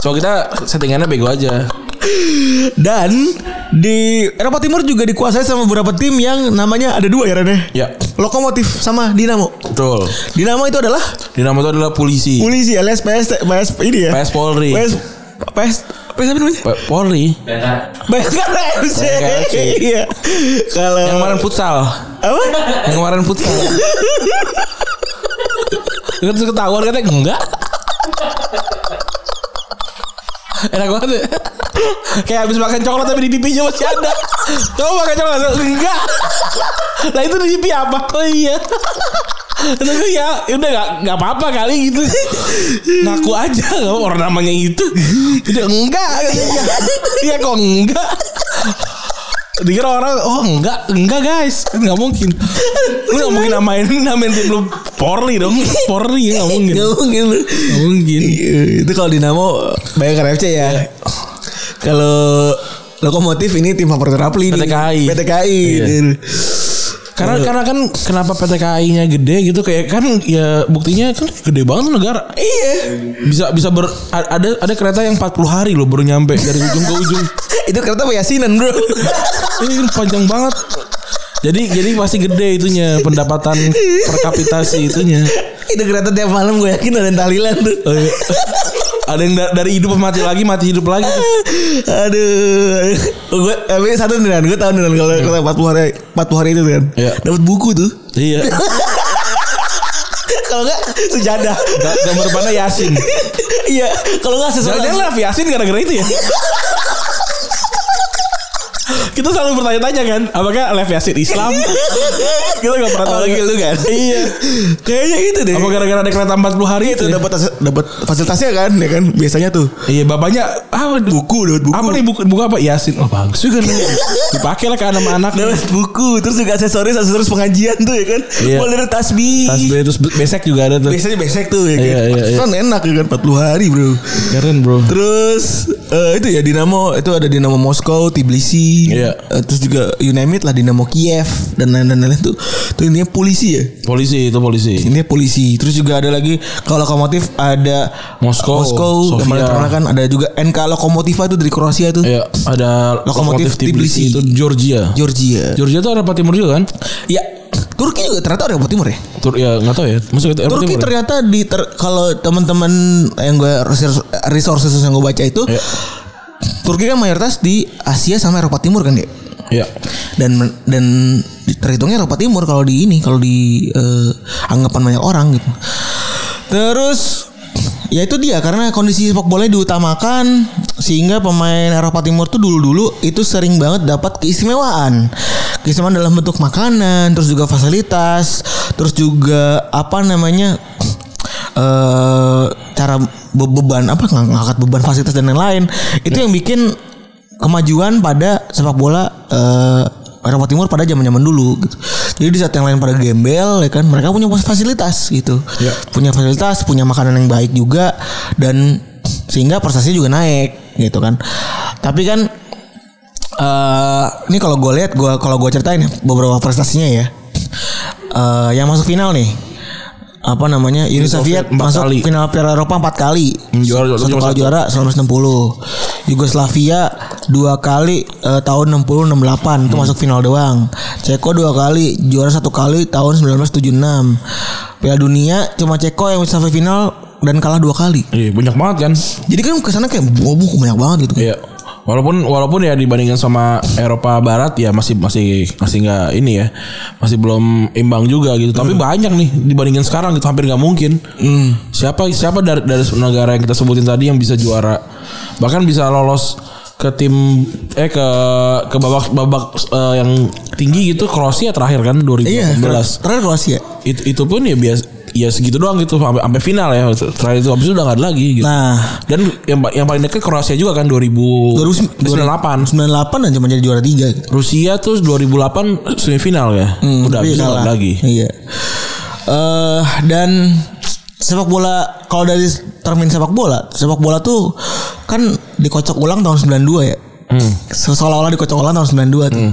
S2: cuma kita settingannya bego aja
S3: Dan di Eropa Timur juga dikuasai sama beberapa tim yang namanya ada dua ya Rene.
S2: Ya.
S3: Lokomotif sama Dinamo.
S2: betul
S3: Dinamo itu adalah
S2: dinamo itu adalah polisi
S3: polisi alias PS, PS ini ya.
S2: PS Polri
S3: PS PS PS apa namanya?
S2: P- Polri
S3: Bayangkara FC.
S2: FC.
S3: Iya. Kalau
S2: yang kemarin futsal
S3: apa?
S2: yang kemarin futsal Kan Terus ketahuan katanya enggak Enak banget ya. Kayak habis makan coklat tapi di pipinya masih ada Coba makan coklat Enggak Nah itu di pipi apa? Oh iya Terus gue ya ya udah gak, nggak apa-apa kali gitu Ngaku aja gak apa orang namanya itu Udah enggak Iya. Iya kok enggak Dikira orang Oh enggak Enggak guys Kan gak mungkin Lu gak mungkin namain Namain tim lu Porli dong Porli ya gak mungkin
S3: Gak mungkin.
S2: Gak mungkin
S3: Iya, Itu kalau Dinamo Bayangkara FC kan ya. Kalau lokomotif ini tim favorit Rapli nih.
S2: PTKI.
S3: PTKI.
S2: Iya. Karena karena kan kenapa PT KAI-nya gede gitu kayak kan ya buktinya kan gede banget tuh negara. Iya. Bisa bisa ber, a- ada ada kereta yang 40 hari loh baru nyampe dari ujung ke ujung.
S3: Itu kereta bayasinan bro.
S2: Ini kan panjang banget. Jadi jadi pasti gede itunya pendapatan per kapitasi itunya.
S3: itu kereta tiap malam gue yakin ada tahlilan tuh.
S2: Oh, iya. Ada yang da- dari hidup mati lagi mati hidup lagi.
S3: Aduh. Gue tapi satu nih Dan, gue tahu nih Dan, kalau kalau 40 hari 40 hari itu kan.
S2: Iya.
S3: Dapat buku tuh.
S2: Iya.
S3: kalau enggak sejadah.
S2: Ga- Gambar mana Yasin?
S3: Iya, kalau enggak sesuatu.
S2: Jangan-jangan Raffi Yasin gara-gara itu ya Kita selalu bertanya-tanya kan Apakah Raffi Yasin Islam? Kita gak pernah tahu
S3: Oh, gitu kan?
S2: Iya
S3: Kayaknya gitu deh.
S2: Apa gara-gara ada kereta 40 hari itu
S3: itu
S2: ya?
S3: dapat dapat fasilitasnya kan ya kan biasanya tuh
S2: Iya bapaknya ah,
S3: buku dapat buku
S2: Apa nih buku, buku apa? Yasin Oh bagus juga nih Dipakai lah ke anak-anak
S3: dapat buku terus juga aksesoris aksesoris pengajian tuh ya kan
S2: Iya.
S3: mulai dari tasbih
S2: Tasbih terus besek juga ada tuh
S3: biasanya besek tuh ya kan
S2: Iya, iya, iya.
S3: Pantesan enak ya kan 40 hari bro
S2: Keren bro
S3: Terus eh, itu ya Dinamo itu ada Dinamo Moskow, Tbilisi,
S2: Iya.
S3: Eh, terus juga you name it lah Dinamo Kiev dan lain-lain lain tuh. Tuh intinya polisi ya.
S2: Polisi itu polisi
S3: Intinya polisi. Terus juga ada lagi kalau lokomotif ada
S2: Moskow,
S3: Moskow
S2: Sofia.
S3: kemarin terkenal kan ada juga NK Lokomotiva itu dari Kroasia tuh.
S2: Iya ada
S3: Lokomotif Tbilisi.
S2: Itu Georgia
S3: Georgia.
S2: Georgia tuh ada Timur juga kan?
S3: Ya, Turki juga ternyata ada Timur ya.
S2: Tur ya nggak tahu ya. Maksudnya Eropa
S3: Turki
S2: Timur ya?
S3: ternyata di ter- kalau teman-teman yang gue research- resources yang gue baca itu
S2: Iya.
S3: Turki kan mayoritas di Asia sama Eropa Timur kan ya.
S2: Iya.
S3: Dan dan terhitungnya Eropa Timur kalau di ini kalau di eh, anggapan banyak orang gitu. Terus ya itu dia karena kondisi sepak bola diutamakan sehingga pemain Eropa Timur tuh dulu-dulu itu sering banget dapat keistimewaan. Keistimewaan dalam bentuk makanan, terus juga fasilitas, terus juga apa namanya eh cara be- beban apa ng- ngangkat beban fasilitas dan lain-lain. Itu yang bikin kemajuan pada sepak bola eh Eropa Timur pada zaman-zaman dulu gitu. Jadi di saat yang lain pada gembel ya kan mereka punya fasilitas gitu.
S2: Ya.
S3: Punya fasilitas, punya makanan yang baik juga dan sehingga prestasinya juga naik gitu kan. Tapi kan eh ini kalau gue lihat gua kalau gue ceritain ya beberapa prestasinya ya. Eh yang masuk final nih apa namanya Uni Soviet
S2: Soviet empat
S3: masuk
S2: kali.
S3: final Piala Eropa empat kali
S2: Hmm, juara-
S3: satu
S2: juara
S3: kali
S2: satu.
S3: juara 1960 Yugoslavia dua kali eh, tahun 60 68
S2: Hmm.
S3: itu masuk final doang Ceko dua kali juara satu kali tahun 1976 Piala Dunia cuma Ceko yang bisa sampai final dan kalah dua kali
S2: Iya, banyak banget kan?
S3: jadi kan kesana kayak wah buku banyak banget gitu kan
S2: Iya. Walaupun walaupun ya dibandingkan sama Eropa Barat ya masih masih masih nggak ini ya masih belum imbang juga gitu tapi banyak nih dibandingkan sekarang gitu hampir nggak mungkin siapa siapa dari dari negara yang kita sebutin tadi yang bisa juara bahkan bisa lolos ke tim eh ke ke babak babak eh, yang tinggi gitu Kroasia terakhir kan 2018
S3: Iya, terakhir Kroasia
S2: itu, itu pun ya biasa ya segitu doang gitu sampai sampai final ya terakhir itu habis itu udah nggak ada lagi gitu.
S3: nah
S2: dan yang pa- yang paling dekat Kroasia juga kan 2000 2008
S3: 98 dan cuma jadi juara tiga gitu.
S2: Rusia tuh 2008 semifinal ya
S3: Hmm,
S2: udah
S3: tapi
S2: habis itu nggak
S3: kalah.
S2: ada lagi
S3: Iya. Eh dan sepak bola kalau dari termin sepak bola, sepak bola tuh kan dikocok ulang tahun 92 ya.
S2: Hmm.
S3: Se- Seolah-olah dikocok ulang tahun 92 tuh.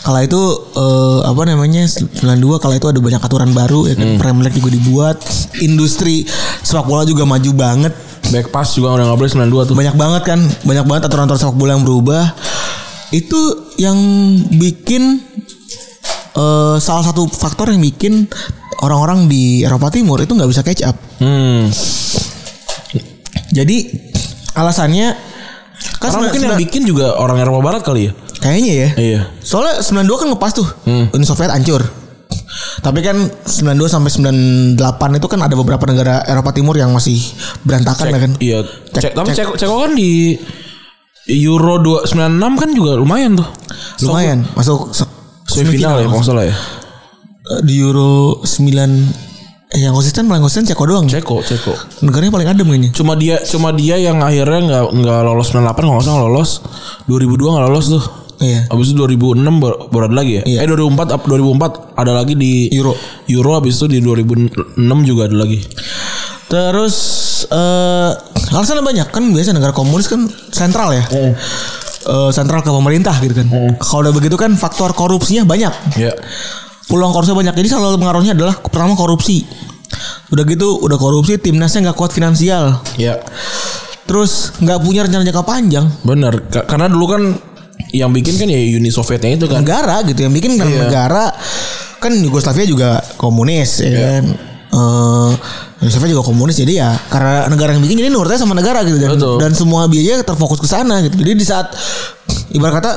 S3: Kala itu eh, apa namanya 92 kala itu ada banyak aturan baru ya
S2: Hmm.
S3: kan Premier League juga dibuat, industri sepak bola juga maju banget
S2: back pass juga udah nggak boleh 92 tuh
S3: banyak banget kan banyak banget aturan-aturan sepak bola yang berubah itu yang bikin eh, salah satu faktor yang bikin orang-orang di Eropa Timur itu nggak bisa catch up
S2: hmm.
S3: jadi alasannya
S2: karena
S3: kan sembilan-
S2: mungkin yang
S3: sembilan-
S2: bikin juga orang Eropa Barat kali ya
S3: kayaknya ya
S2: iya Hmm.
S3: Soalnya 92 kan ngepas tuh. Uni Soviet hancur. Tapi kan 92 sampai 98 itu kan ada beberapa negara Eropa Timur yang masih berantakan ya kan.
S2: iya
S3: Cek-
S2: cek, tapi
S3: cek.
S2: Ceko, Ceko kan di Euro 296 kan juga lumayan tuh
S3: Lumayan masuk se-
S2: semifinal ya kalau nggak salah ya
S3: Eh, di Euro 9 eh, yang konsisten paling konsisten Ceko doang.
S2: Ceko Ceko
S3: Negaranya paling adem kayaknya.
S2: cuma dia cuma dia yang akhirnya nggak nggak lolos 98 kalau nggak salah lolos 2002 nggak lolos tuh
S3: Iya.
S2: Abis itu 2006 ber- baru ada lagi ya.
S3: Iya.
S2: Eh 2004 ap- 2004 ada lagi di
S3: Euro.
S2: Euro abis itu di 2006 juga ada lagi.
S3: Terus eh Alasannya banyak kan biasa negara komunis kan sentral ya.
S2: Iya.
S3: Eh, sentral ke pemerintah gitu kan. Kalau udah begitu kan faktor korupsinya banyak.
S2: Iya.
S3: Peluang korupsi banyak. Jadi salah satu pengaruhnya adalah pertama korupsi. Udah gitu udah korupsi timnasnya nggak kuat finansial.
S2: Iya.
S3: Terus nggak punya rencana jangka panjang.
S2: Benar. Ka- karena dulu kan yang bikin kan ya Uni Sovietnya itu kan.
S3: negara gitu yang bikin
S2: Iya.
S3: negara kan Yugoslavia juga komunis
S2: Iya.
S3: ya kan. Eh, Yugoslavia juga komunis jadi ya karena negara yang bikin jadi nurutnya sama negara gitu dan,
S2: Betul.
S3: dan semua biaya terfokus ke sana gitu. Jadi di saat ibarat kata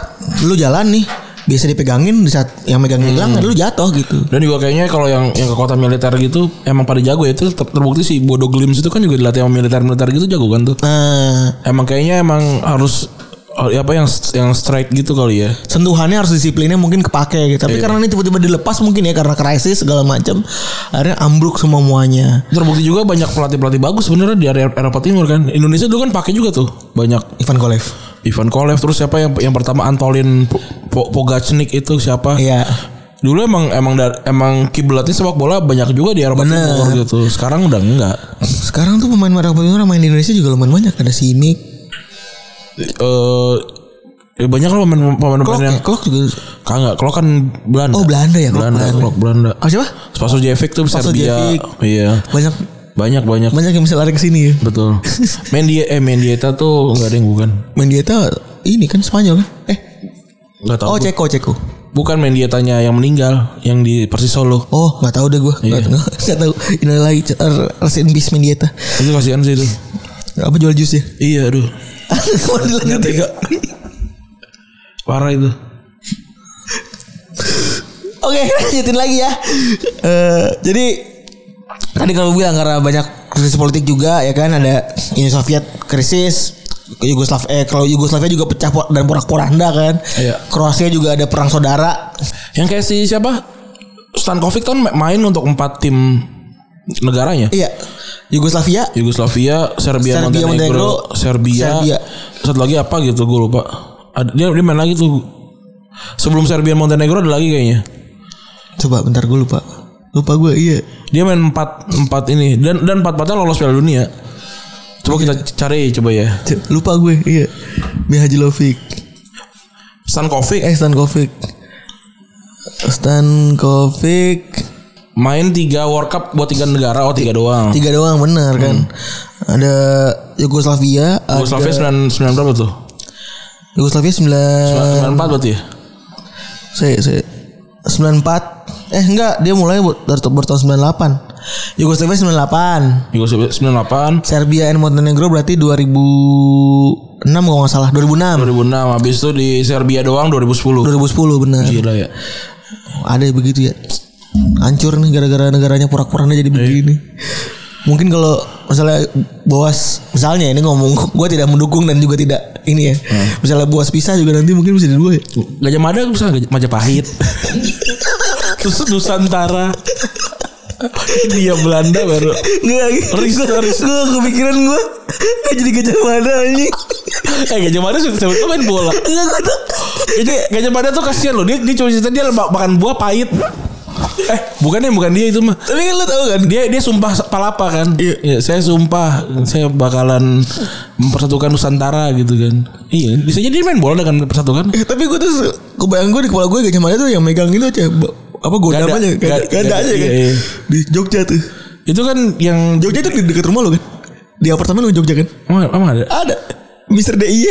S3: lu jalan nih biasa dipegangin di saat yang megangnya hilang
S2: Hmm.
S3: lu jatuh gitu.
S2: Dan juga kayaknya kalau yang yang kekuatan militer gitu emang pada jago ya itu ter- terbukti si Bodo Glims itu kan juga dilatih sama militer-militer gitu jago kan tuh.
S3: Nah,
S2: Emang kayaknya emang harus eh, apa yang yang strike gitu kali ya.
S3: sentuhannya harus disiplinnya mungkin kepake
S2: Iya.
S3: gitu. Tapi karena ini tiba-tiba dilepas mungkin ya karena krisis segala macam akhirnya ambruk semua muanya.
S2: Terbukti juga banyak pelatih-pelatih bagus sebenarnya di area Eropa Timur kan. Indonesia dulu kan pakai juga tuh banyak
S3: Ivan Golev.
S2: Ivan Kolev terus siapa yang yang pertama Antolin Po- Po- Pogacnik itu siapa?
S3: Iya.
S2: Dulu emang emang dar- emang kiblatnya sepak bola banyak juga di Eropa Timur gitu. Sekarang udah enggak.
S3: Sekarang tuh pemain Eropa Timur main di Indonesia juga lumayan banyak ada si Mik,
S2: Eh ya banyak loh pemain-
S3: Klok,
S2: pemain-pemain yang
S3: ya, Klok juga.
S2: kagak kalau kan Belanda.
S3: Oh, Belanda ya, Klok
S2: Belanda,
S3: Belanda.
S2: Klok Belanda.
S3: Oh, siapa?
S2: Spasojevic tuh Serbia.
S3: Spasojevic.
S2: Iya.
S3: Banyak
S2: Banyak banyak.
S3: banyak yang bisa lari ke sini ya.
S2: Betul. Mendia eh Mendieta tuh enggak ada yang bukan.
S3: Mendieta ini kan Spanyol kan? Eh,
S2: Enggak tahu.
S3: oh
S2: gua.
S3: Ceko, Ceko.
S2: Bukan Mendietanya yang meninggal yang di Persis Solo.
S3: Oh, nggak tahu deh gua. Nggak nggak tahu. Ini lagi resin bis Mendieta.
S2: Itu kasihan sih itu.
S3: Apa jual jus ya?
S2: Iya, aduh.
S3: Mau dilanjutin?
S2: Parah itu.
S3: Oke, lanjutin lagi ya. Eh, jadi tadi kalau bilang karena banyak krisis politik juga ya kan ada Uni Soviet krisis Yugoslav eh kalau Yugoslavia juga pecah po- dan porak-poranda kan.
S2: Iya.
S3: Kroasia juga ada perang saudara.
S2: Yang kayak si siapa? Stankovic kan main untuk empat tim negaranya.
S3: Iya. Yugoslavia
S2: Yugoslavia, Serbia,
S3: Serbia,
S2: Montenegro,
S3: Montenegro,
S2: Serbia,
S3: Serbia.
S2: Satu lagi apa gitu gue lupa. Ada, dia dia main lagi tuh. Sebelum Serbia Montenegro ada lagi kayaknya.
S3: coba bentar gue lupa. Lupa gue iya.
S2: Dia main empat empat ini dan dan empat empatnya lolos Piala Dunia. Coba kita cari coba ya.
S3: C- Lupa gue iya. Mihajilovic,
S2: Stankovic
S3: eh Stankovic. Stankovic
S2: main tiga World Cup buat tiga negara, oh tiga doang.
S3: tiga doang bener kan. Ada Yugoslavia,
S2: Hmm. Yugoslavia
S3: ada Eh,
S2: sembilan sembilan berapa tuh?
S3: Yugoslavia 9
S2: Sembilan empat berarti ya?
S3: saya saya 94 eh enggak dia mulai bu- dari tu- bertahun 98 Yugoslavia 98
S2: Yugoslavia sembilan delapan.
S3: Serbia and Montenegro berarti 2006 kalau nggak salah 2006
S2: 2006 habis itu di Serbia doang 2010.
S3: 2010 benar
S2: Gila ya.
S3: ada yang begitu ya hancur nih gara-gara negaranya porak-poranda
S2: Iya.
S3: jadi begini mungkin kalau misalnya boas misalnya ini ngomong gue tidak mendukung dan juga tidak ini ya
S2: Hmm.
S3: misalnya boas pisah juga nanti mungkin bisa jadi dua ya
S2: Gajah Mada bisa Gajah- Majapahit. Terus Nusantara. Dia Belanda baru.
S3: Nggak lagi
S2: Riset, riset.
S3: Gue kepikiran gue Gak jadi gajah mada anjing
S2: Eh Gajah Mada sudah sebut main bola.
S3: Enggak gue tuh
S2: Gajah, Gajah Mada tuh kasihan loh. Dia dia cuma cerita dia ma- makan buah pahit. Eh, bukan ya, bukan dia itu mah.
S3: Tapi kan lo tau kan
S2: Dia dia sumpah palapa kan. Iya, saya sumpah saya bakalan mempersatukan Nusantara gitu kan. Iya, bisa jadi dia main bola dengan persatuan.
S3: Eh, Tapi gue tuh se- Kebayang gue di kepala gue gajah mada tuh yang megang itu aja ba- Apa godam
S2: Gada.
S3: aja Gada,
S2: Gada- gada,
S3: aja kan
S2: iya, iya.
S3: Di Jogja tuh
S2: Itu kan yang
S3: Jogja itu di dekat rumah lo kan Di apartemen lo di Jogja kan
S2: emang, emang ada. Oh.
S3: Ada Mister DIY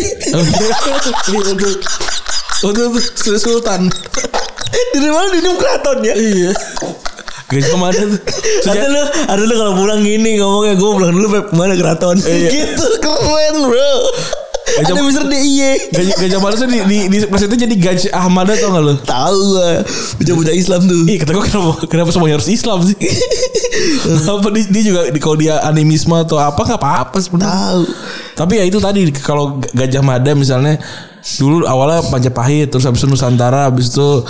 S2: Untuk Sri Sultan.
S3: Eh, Di rumah lo di Num Keraton ya
S2: Iya. Guys kemana tuh?
S3: ada
S2: Sejak
S3: lu, ada lu kalau pulang gini ngomongnya gue pulang dulu Pep kemana keraton
S2: Iya.
S3: gitu keren bro.
S2: Gajah-
S3: ada Mister DIY.
S2: Gajah, Gajah Mada tuh di di, di presentnya jadi Gajah Ahmada tau gak lu?
S3: Tahu gue Bocah-bocah Islam tuh
S2: Ih kata gue kenapa, kenapa semuanya harus Islam sih? kenapa dia, dia juga di- kalau dia animisme atau apa gak apa-apa sebenarnya.
S3: Tahu
S2: Tapi ya itu tadi kalau Gajah Mada misalnya dulu awalnya Majapahit terus habis itu Nusantara habis itu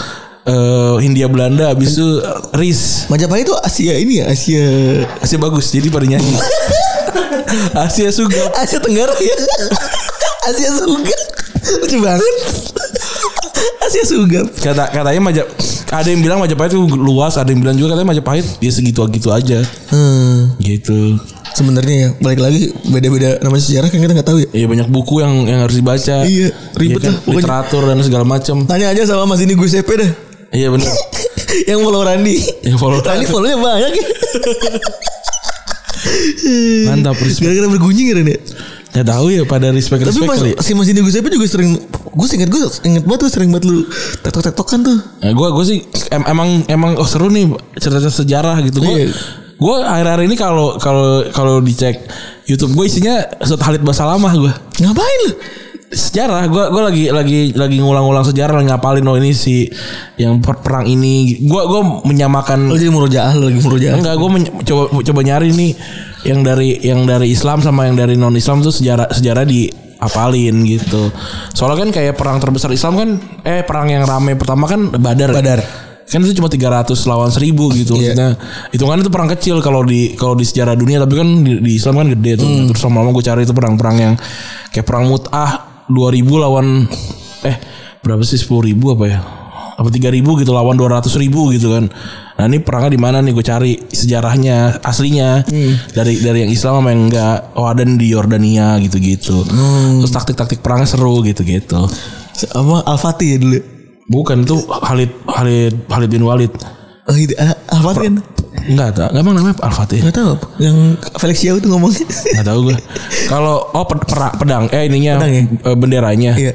S2: eh, Hindia Belanda habis itu eh, Ris
S3: Majapahit itu Asia ini ya Asia
S2: Asia bagus jadi pada nyanyi Asia Sugap
S3: Asia Tenggara ya Asia Sugap Lucu banget Asia Sugap
S2: Kata katanya Majap ada yang bilang Majapahit itu luas, ada yang bilang juga katanya Majapahit dia segitu gitu aja.
S3: hmm.
S2: ya Gitu.
S3: sebenarnya ya. balik lagi beda-beda namanya sejarah kan kita nggak tahu ya
S2: Iya banyak buku yang yang harus dibaca. kan?
S3: Iya, ribet lah pokoknya.
S2: Literatur dan segala macam.
S3: tanya aja sama Mas ini gue CP dah
S2: Iya benar.
S3: yang follow Randi
S2: Yang follow
S3: Randi follownya banyak ya
S2: Mantap respect.
S3: gara-gara bergunjing kan ya
S2: Nggak tahu ya pada respect
S3: tapi
S2: respect
S3: mas,
S2: kali. ya.
S3: si Mas ini gue CP juga sering gue inget gue inget banget tuh sering banget lu tektok tektokan tuh
S2: Nah, gue gue sih em- emang emang oh seru nih cerita sejarah gitu gue.
S3: Iya.
S2: Gue akhir-akhir ini kalau kalau kalau dicek YouTube gue isinya Ustadz Halid Basalamah gue.
S3: ngapain lu
S2: sejarah gua gua lagi lagi lagi ngulang-ulang sejarah lagi ngapalin oh ini si yang per- perang ini gua gua
S3: lu
S2: menyamakan
S3: jadi murojaah lu lagi
S2: Hmm.
S3: murojaah
S2: enggak gua men- coba coba nyari nih yang dari yang dari Islam sama yang dari non Islam tuh sejarah sejarah di apalin gitu soalnya kan kayak perang terbesar Islam kan eh perang yang rame pertama kan Badar
S3: Badar.
S2: kan itu cuma 300 lawan 1000 gitu
S3: Iya.
S2: maksudnya hitungannya itu perang kecil kalau di kalau di sejarah dunia tapi kan di, di Islam kan gede tuh
S3: Hmm.
S2: terus lama-lama gue cari itu perang-perang yang kayak perang Mut'ah 2000 lawan eh berapa sih 10.000 apa ya apa 3000 gitu lawan 200.000 gitu kan nah ini perangnya di mana nih gue cari sejarahnya aslinya
S3: Hmm.
S2: dari dari yang Islam sama yang enggak oh ada nih di Yordania gitu-gitu
S3: Hmm.
S2: terus taktik-taktik perangnya seru gitu-gitu
S3: sama Al Fatih ya dulu
S2: bukan itu Halid Halid Halid bin Walid
S3: oh itu Al Fatih kan
S2: Enggak tahu, enggak emang namanya Al Fatih.
S3: nggak tahu apa. yang Felix Yau tuh ngomongnya
S2: Enggak tahu gue. Kalau oh ped- pera- pedang eh ininya
S3: Pedang ya?
S2: eh, benderanya.
S3: Iya. Eh.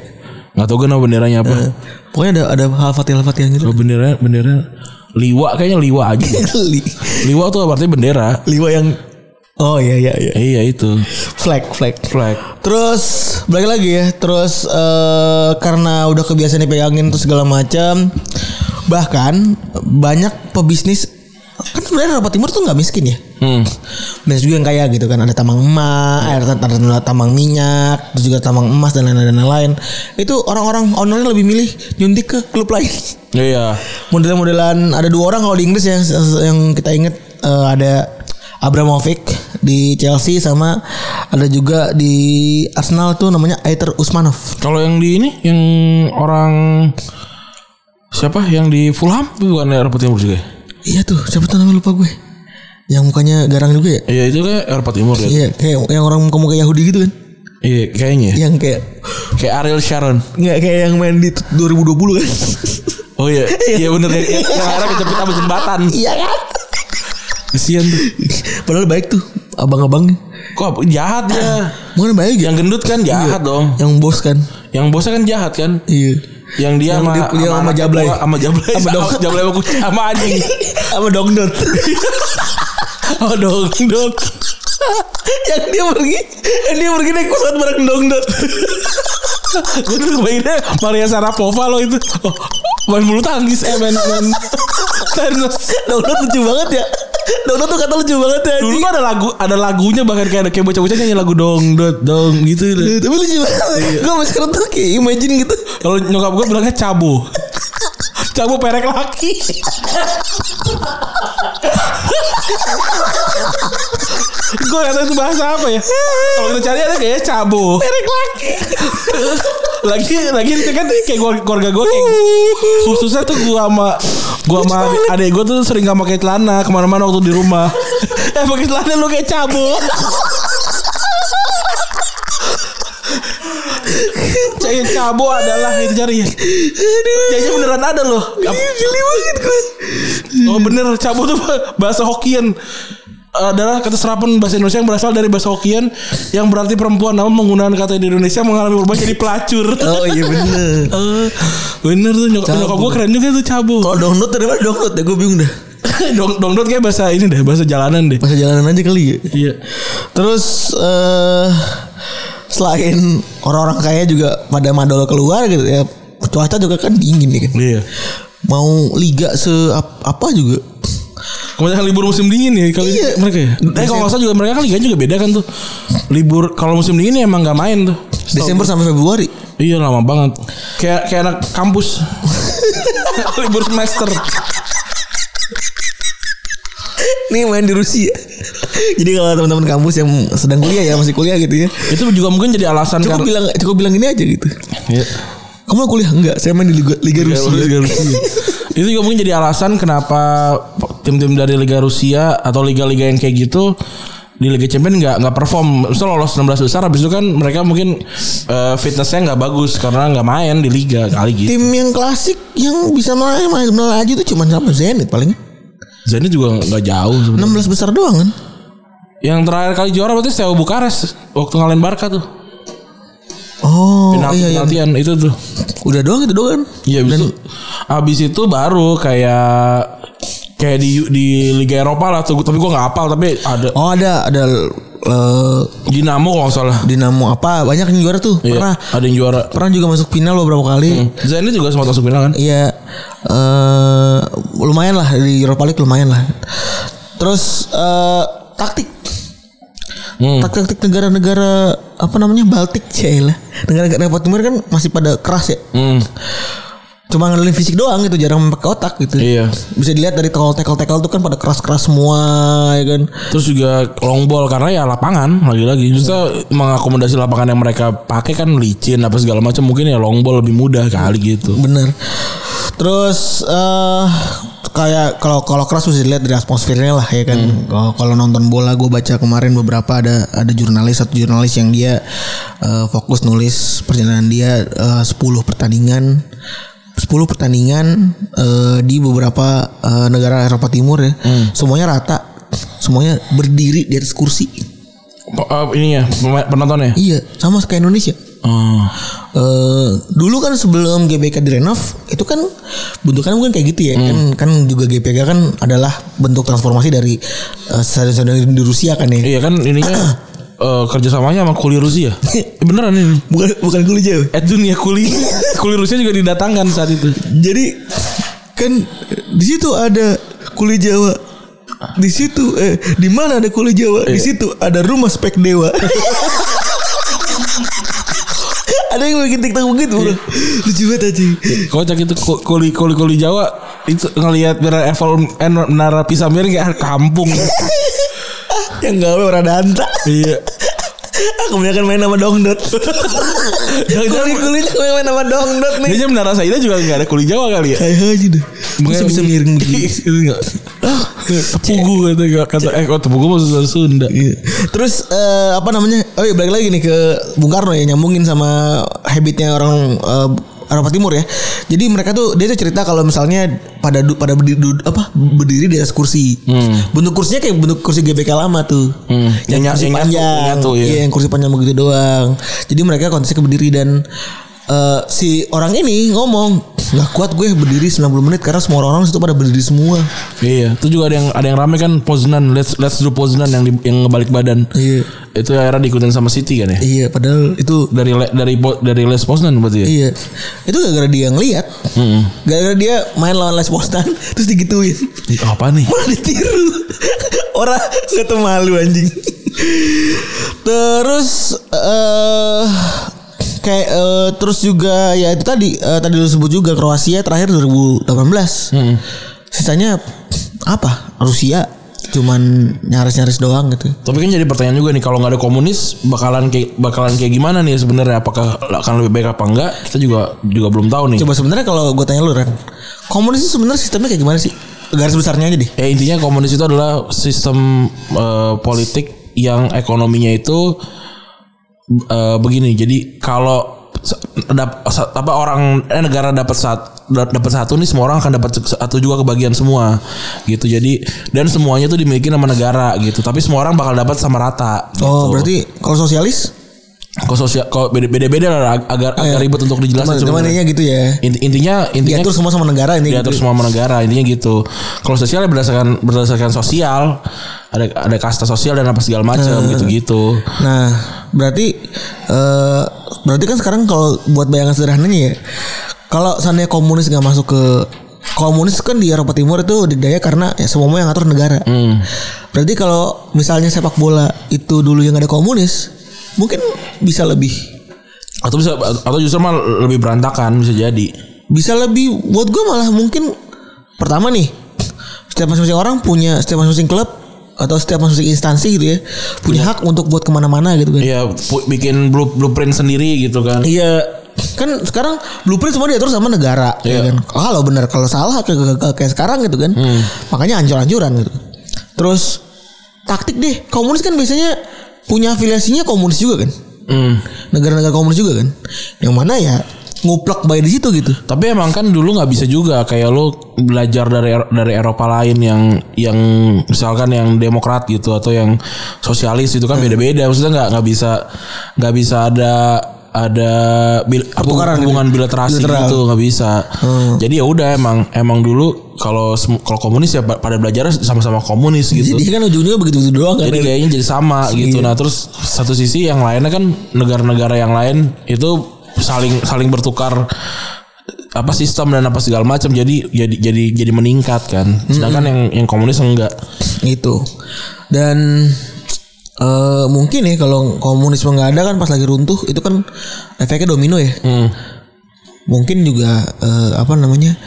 S2: Enggak tahu gue nama benderanya apa.
S3: pokoknya ada ada Al Fatih Al Fatih yang gitu
S2: Kalau bendera bendera liwa kayaknya liwa aja.
S3: Li-
S2: liwa tuh artinya bendera.
S3: liwa yang oh iya iya iya
S2: Eh, iya itu.
S3: flag flag
S2: Flag.
S3: Terus balik lagi ya. Terus eh, karena udah kebiasaan dipegangin terus segala macam. Bahkan banyak pebisnis kan sebenarnya Eropa Timur tuh nggak miskin ya.
S2: Hmm.
S3: Banyak juga yang kaya gitu kan. Ada tambang emas, ada, ada tambang minyak, terus juga tambang emas dan lain-lain. dan lain-lain. Itu orang-orang ownernya lebih milih nyuntik ke klub lain.
S2: Iya.
S3: Model-modelan ada dua orang kalau di Inggris ya, yang yang kita inget eh, ada Abramovich di Chelsea sama ada juga di Arsenal tuh namanya Aiter Usmanov.
S2: Kalau yang di ini yang orang siapa yang di Fulham bukan Eropa Timur juga. ya?
S3: Iya tuh, siapa tuh namanya lupa gue. Yang mukanya garang juga ya?
S2: Iya itu kayak Eropa Timur ya.
S3: Iya, kayak yang orang muka-muka Yahudi gitu kan.
S2: Iya kayaknya.
S3: Yang kayak
S2: Kayak Ariel Sharon.
S3: nggak kayak yang main di 2020 kan.
S2: Oh iya, iya bener ya. Yang akhirnya kejepit sama jembatan.
S3: Iya kan?
S2: Kesian tuh.
S3: Padahal baik tuh abang-abangnya.
S2: Kok jahat ya?
S3: Mana baik ya?
S2: Yang gendut kan jahat dong.
S3: Yang bos kan.
S2: Yang bosnya kan jahat kan.
S3: Iya.
S2: Yang dia
S3: Yang
S2: sama
S3: dia- dia sama
S2: anaknya
S3: Jablay.
S2: dua, sama jablay
S3: Sama
S2: sama
S3: dong.
S2: jablay sama kucing sama anjing.
S3: Sama dongdot.
S2: Oh dong dong.
S3: yang dia pergi, yang dia pergi naik pesawat bareng dongdot.
S2: Gue tuh kebaiknya Maria Sarapova loh itu. Oh, main bulu tangkis eh main main tenis.
S3: Dongdot lucu banget ya. Dongdot tuh kata lucu banget ya.
S2: Dulu kan
S3: anjing.
S2: ada lagu ada lagunya bahkan kayak ada- kayak bocah-bocah nyanyi lagu dong dot dong gitu.
S3: Eh, Tapi lucu banget. Gue masih sekarang tuh kayak imagine gitu.
S2: Kalau nyokap gue bilangnya cabo. Cabo perek laki. gue gak tahu itu bahasa apa ya. Kalau kita cari ada kayaknya cabo. Perek laki. lagi lagi itu kan kayak keluarga- keluarga gue kayak khususnya tuh gue sama gue sama adek gue tuh sering gak pakai celana kemana-mana waktu di rumah. eh pakai celana lu kayak cabo. Kayak cabo adalah itu cari ya. Kayaknya beneran ada loh.
S3: Geli banget gue.
S2: Oh bener cabo tuh bahasa Hokkien adalah kata serapan bahasa Indonesia yang berasal dari bahasa Hokkien yang berarti perempuan namun menggunakan kata di Indonesia mengalami perubahan jadi pelacur.
S3: Oh iya bener.
S2: Eh, bener tuh nyokap,
S3: Cabo.
S2: nyokap gue keren juga tuh cabo.
S3: Kalau download dari mana download ya gue bingung dah.
S2: Dong dongdot kayak bahasa ini deh bahasa jalanan deh.
S3: Masa jalanan aja kali ya.
S2: Iya.
S3: Terus eh selain orang-orang kaya juga pada madol keluar gitu ya. Cuaca juga kan dingin ya kan.
S2: Iya.
S3: Mau liga se ap- apa juga.
S2: Kebanyakan libur musim dingin ya kali
S3: Iya.
S2: mereka ya. Eh kalau nggak salah juga mereka kan liganya juga beda kan tuh. Libur kalau musim dingin ya emang nggak main tuh.
S3: Desember sampai Februari.
S2: Iya lama banget. Kayak kayak anak kampus. Libur semester.
S3: Nih main di Rusia. Jadi kalau teman-teman kampus yang sedang kuliah ya masih kuliah gitu ya.
S2: Itu juga mungkin jadi alasan
S3: Cukup ya.
S2: karena
S3: bilang cukup bilang ini aja gitu.
S2: Iya.
S3: Kamu kuliah enggak? Saya main di Liga, Liga Rusia.
S2: Liga Rusia.
S3: iya.
S2: Itu juga mungkin jadi alasan kenapa tim-tim dari Liga Rusia atau liga-liga yang kayak gitu di Liga Champions nggak nggak perform misal lolos 16 besar habis itu kan mereka mungkin eh, fitnessnya nggak bagus karena nggak main di liga kali gitu
S3: Tim yang klasik yang bisa main main melaju itu cuma sama Zenit paling.
S2: Zani juga nggak jauh sebenarnya.
S3: 16 besar doang kan.
S2: yang terakhir kali juara berarti Steaua Bukares waktu ngalahin Barca tuh
S3: Oh,
S2: penalti
S3: iya, iya.
S2: penaltian itu tuh
S3: Udah doang itu doang kan.
S2: Iya abis itu abis itu baru kayak kayak di di Liga Eropa lah tuh tapi gue nggak hafal tapi ada
S3: Oh, ada ada eh,
S2: Dinamo kalau nggak salah
S3: Dinamo apa banyak yang juara tuh.
S2: Iya, Hmm.
S3: Pernah
S2: ada yang juara
S3: pernah juga masuk final beberapa kali.
S2: Zaini juga sempat masuk final kan
S3: Iya eh lumayan lah di Europa League lumayan lah. Terus eh taktik
S2: Hmm.
S3: taktik-taktik negara-negara apa namanya Baltik lah. Negara-negara Eropa Timur kan masih pada keras ya.
S2: Hmm.
S3: Cuma ngandelin fisik doang gitu, jarang pakai otak gitu.
S2: Iya.
S3: Bisa dilihat dari tackle tackle tackle tuh kan pada keras-keras semua ya kan.
S2: Terus juga long ball karena ya lapangan lagi-lagi. Justru mengakomodasi lapangan yang mereka pakai kan licin apa segala macam mungkin ya long ball lebih mudah kali gitu.
S3: Bener. Terus eh kayak kalau kalau keras bisa dilihat dari atmosfernya lah ya kan. Kalau- Kalau nonton bola gue baca kemarin beberapa ada ada jurnalis satu jurnalis yang dia eh, fokus nulis perjalanan dia eh, 10 pertandingan 10 pertandingan eh, di beberapa eh, negara Eropa Timur ya. Semuanya rata. Semuanya berdiri di atas kursi.
S2: Po- eh, ini ya pema- penontonnya.
S3: Iya, sama kayak Indonesia.
S2: Oh.
S3: Eh, dulu kan sebelum GBK direnov itu kan bentukannya mungkin kayak gitu ya kan kan juga GBK kan adalah bentuk transformasi dari eh, stadion-stadion di Rusia kan ya
S2: Iya kan ininya eh, kerjasamanya sama kuli Rusia. Eh, Beneran ini.
S3: bukan bukan dulu jauh
S2: Eh dunia kuli kuli Rusia juga didatangkan saat itu.
S3: jadi kan di situ ada kuli Jawa di situ eh di mana ada kuli Jawa di situ ada rumah spek dewa ada yang bikin tiktok begitu bro lucu banget aja
S2: Kocak itu ku- kuli kuli kuli Jawa itu ngelihat menara Eiffel eh, menara Pisa miring kayak kampung.
S3: yang gawe orang danta
S2: iya.
S3: Kebanyakan main nama dongdot. Kuli kulinya kebanyakan main nama dongdot nih.
S2: Kayaknya menara Saida juga nggak ada kuli Jawa kali ya.
S3: Kayak aja deh. Bisa bisa miring begini. Ah.
S2: Tepugu kata kata eh kok tepugu maksudnya Sunda.
S3: Iya. Terus eh, apa namanya? Oh iya balik lagi nih ke Bung Karno ya nyambungin sama habitnya orang eh, Eropa Timur ya. Jadi mereka tuh dia tuh cerita kalau misalnya pada du- pada berdiri du- apa berdiri di atas kursi. Bentuk kursinya kayak bentuk kursi GBK lama tuh.
S2: Hmm.
S3: Yang,
S2: Yang-
S3: kursi
S2: yang nyatu-
S3: panjang.
S2: nyatu, iya.
S3: iya. yang kursi panjang begitu doang. Jadi mereka konsepnya berdiri dan eh, si orang ini ngomong nggak kuat gue berdiri 90 menit karena semua orang-orang situ pada berdiri semua.
S2: Iya, itu juga ada yang ada yang rame kan Poznan, let's let's do Poznan yang di, yang ngebalik badan.
S3: Iya.
S2: Itu akhirnya diikutin sama City kan ya.
S3: Iya, padahal itu
S2: Dari le- dari po- dari Les Poznan berarti ya.
S3: Iya. Itu gara-gara dia ngeliat. Gara-gara dia main lawan Les Boston terus digituin.
S2: Ih, Apa nih?
S3: Malah ditiru. Orang nggak tuh malu anjing. Terus eh kayak eh, terus juga ya itu tadi eh, tadi lu sebut juga Kroasia terakhir 2018. Sisanya apa? Rusia cuman nyaris-nyaris doang gitu.
S2: Tapi kan jadi pertanyaan juga nih kalau nggak ada komunis bakalan kayak bakalan kayak gimana nih sebenarnya apakah akan lebih baik apa enggak? Kita juga juga belum tahu nih.
S3: Coba sebenarnya kalau gue tanya lu Ren, komunis itu sebenarnya sistemnya kayak gimana sih? Garis besarnya aja deh.
S2: Ya intinya komunis itu adalah sistem eh, politik yang ekonominya itu eh, begini. Jadi kalau sa- dap- sa- apa orang eh, negara dapat satu dapat satu nih semua orang akan dapat satu juga kebagian semua gitu. Jadi dan semuanya itu dimiliki sama negara gitu. Tapi semua orang bakal dapat sama rata. Gitu.
S3: Oh berarti kalau sosialis
S2: kok sosial kok beda-beda lah ag- agar agak ribet untuk dijelasin
S3: Iya. cuman, cuman
S2: sebenarnya.
S3: ininya gitu ya
S2: Inti- intinya intinya
S3: diatur semua sama negara ini
S2: Iya. diatur
S3: gitu.
S2: semua sama negara intinya gitu kalau sosial ya berdasarkan berdasarkan sosial ada ada kasta sosial dan apa segala macam
S3: Eh.
S2: gitu gitu
S3: Nah berarti eh, berarti kan sekarang kalau buat bayangan sederhananya ya kalau seandainya komunis nggak masuk ke komunis kan di Eropa Timur itu didaya karena ya, semua yang ngatur negara.
S2: Hmm.
S3: Berarti kalau misalnya sepak bola itu dulu yang ada komunis mungkin bisa lebih
S2: atau bisa atau justru malah lebih berantakan bisa jadi
S3: bisa lebih buat gue malah mungkin pertama nih setiap masing-masing orang punya setiap masing-masing klub atau setiap masing-masing instansi gitu ya punya hak untuk buat kemana-mana gitu kan
S2: ya pu- bikin blue- blueprint sendiri gitu kan
S3: iya kan sekarang blueprint semua diatur sama negara
S2: Iya.
S3: ya
S2: Hmm.
S3: kan kalau benar kalau salah kayak, kayak- kayak sekarang gitu kan makanya ancur-ancuran gitu terus taktik deh. Komunis kan biasanya punya afiliasinya komunis juga kan.
S2: Hmm.
S3: Negara-negara komunis juga kan. Yang mana ya nguplak bayi di situ gitu.
S2: Tapi emang kan dulu nggak bisa juga kayak lu belajar dari dari Eropa lain yang yang misalkan yang demokrat gitu atau yang sosialis itu
S3: Hmm.
S2: kan beda-beda. Maksudnya nggak nggak bisa nggak bisa ada ada bil, apa,
S3: Pertukaran ya?
S2: hubungan bilaterasi
S3: Bilateral. Hmm.
S2: gitu nggak bisa. Jadi ya udah emang emang dulu kalau sem- kalau komunis ya ba- pada belajar sama-sama komunis gitu.
S3: Jadi kan ujungnya begitu-begitu doang kan.
S2: Jadi gayanya jadi sama gitu. Nah, terus satu sisi yang lainnya kan negara-negara yang lain itu saling saling bertukar apa sistem dan apa segala macam jadi jadi jadi jadi meningkat kan. Sedangkan yang yang komunis enggak.
S3: Itu. Gitu. Dan eh mungkin ya kalau komunisme nggak ada kan pas lagi runtuh itu kan efeknya domino ya. Mungkin juga eh, apa namanya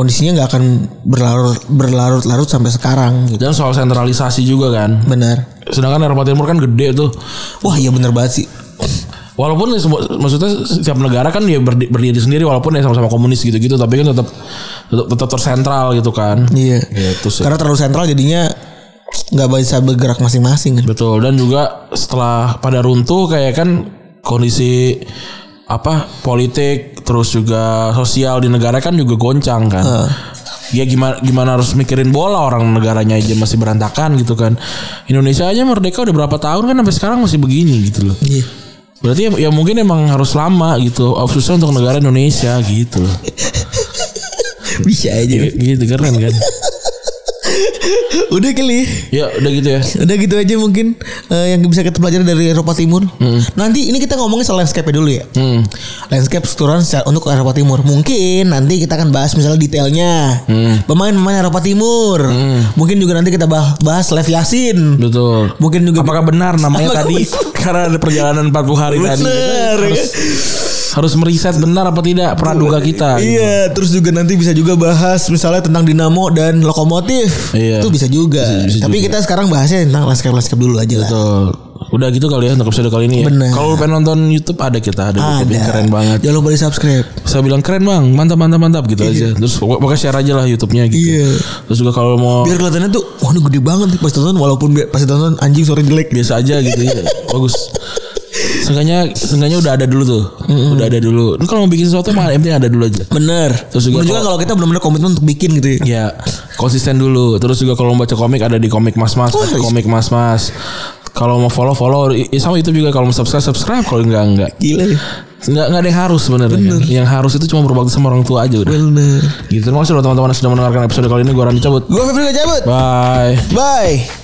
S3: kondisinya nggak akan berlarut berlarut-larut sampai sekarang gitu.
S2: Dan soal sentralisasi juga kan.
S3: Benar.
S2: Sedangkan Eropa Timur kan gede tuh.
S3: Wah iya bener banget sih.
S2: Walaupun ya semua- maksudnya setiap negara kan ya berdi- berdiri sendiri walaupun ya sama-sama komunis gitu-gitu tapi kan tetap tetap, tetap tersentral gitu kan.
S3: Iya.
S2: Gitu sih.
S3: Karena terlalu sentral jadinya nggak bisa bergerak masing-masing kan.
S2: Betul dan juga setelah pada runtuh kayak kan kondisi apa politik terus juga sosial di negara kan juga goncang kan. Ya
S3: Iya.
S2: gimana gimana harus mikirin bola orang negaranya aja masih berantakan gitu kan. Indonesia aja merdeka udah berapa tahun kan sampai sekarang masih begini gitu loh.
S3: Iya.
S2: Berarti ya, ya mungkin emang harus lama gitu. Oh, Susah untuk negara Indonesia gitu loh.
S3: Bisa aja.
S2: Gitu keren kan.
S3: Udah kali.
S2: Ya udah gitu ya.
S3: Udah gitu aja mungkin eh, yang bisa kita pelajari dari Eropa Timur. Nanti ini kita ngomongin soal landscape dulu ya.
S2: Hmm.
S3: Landscape keseluruhan secara- untuk Eropa Timur. Mungkin nanti kita akan bahas misalnya detailnya.
S2: Hmm.
S3: Pemain-pemain Eropa Timur. Mungkin juga nanti kita bah- bahas Lev Yasin.
S2: Betul.
S3: Mungkin juga
S2: Apakah benar namanya
S3: Apakah
S2: tadi karena ada perjalanan 40 hari tadi.
S3: Bener,
S2: Harus, harus meriset benar apa tidak praduga kita.
S3: Iya, terus juga nanti bisa juga bahas misalnya tentang dinamo dan lokomotif.
S2: Iya.
S3: Itu bisa juga.
S2: Bisa- bisa
S3: Tapi
S2: juga.
S3: kita sekarang bahasnya tentang landscape-landscape dulu aja lah.
S2: Betul. Udah gitu kali ya untuk episode kali ini. ya.
S3: Benar.
S2: Kalau lu pengen nonton YouTube ada kita ada, YouTube yang keren banget.
S3: Jangan lupa di-subscribe.
S2: Saya bilang keren bang, mantap mantap mantap gitu aja. Terus pokok- pokoknya share aja lah YouTube-nya gitu.
S3: Iya.
S2: Terus juga kalau mau
S3: Biar kelihatannya tuh wah ini gede banget nih pas tonton walaupun bi- pas tonton anjing sore jelek.
S2: biasa aja gitu ya. Bagus. Seenggaknya, seenggaknya udah ada dulu tuh. Udah ada dulu. Ini kalau mau bikin sesuatu mah yang penting ada dulu aja.
S3: Bener. Terus
S2: Terus juga
S3: juga, kalau kita benar-benar komitmen untuk bikin gitu ya.
S2: Ya konsisten dulu. Terus juga kalau mau baca komik ada di komik mas mas,
S3: Wah,
S2: komik mas mas. Kalau mau follow follow, I- i- sama YouTube juga kalau mau subscribe subscribe. Kalau enggak enggak.
S3: Gila ya.
S2: Enggak enggak ada yang harus sebenarnya. kan. Yang harus itu cuma berbakti sama orang tua aja udah.
S3: Bener.
S2: Gitu. Terima kasih loh teman-teman yang sudah mendengarkan episode kali ini. Gue Randy cabut.
S3: Gue Febri gak cabut.
S2: Bye.
S3: Bye.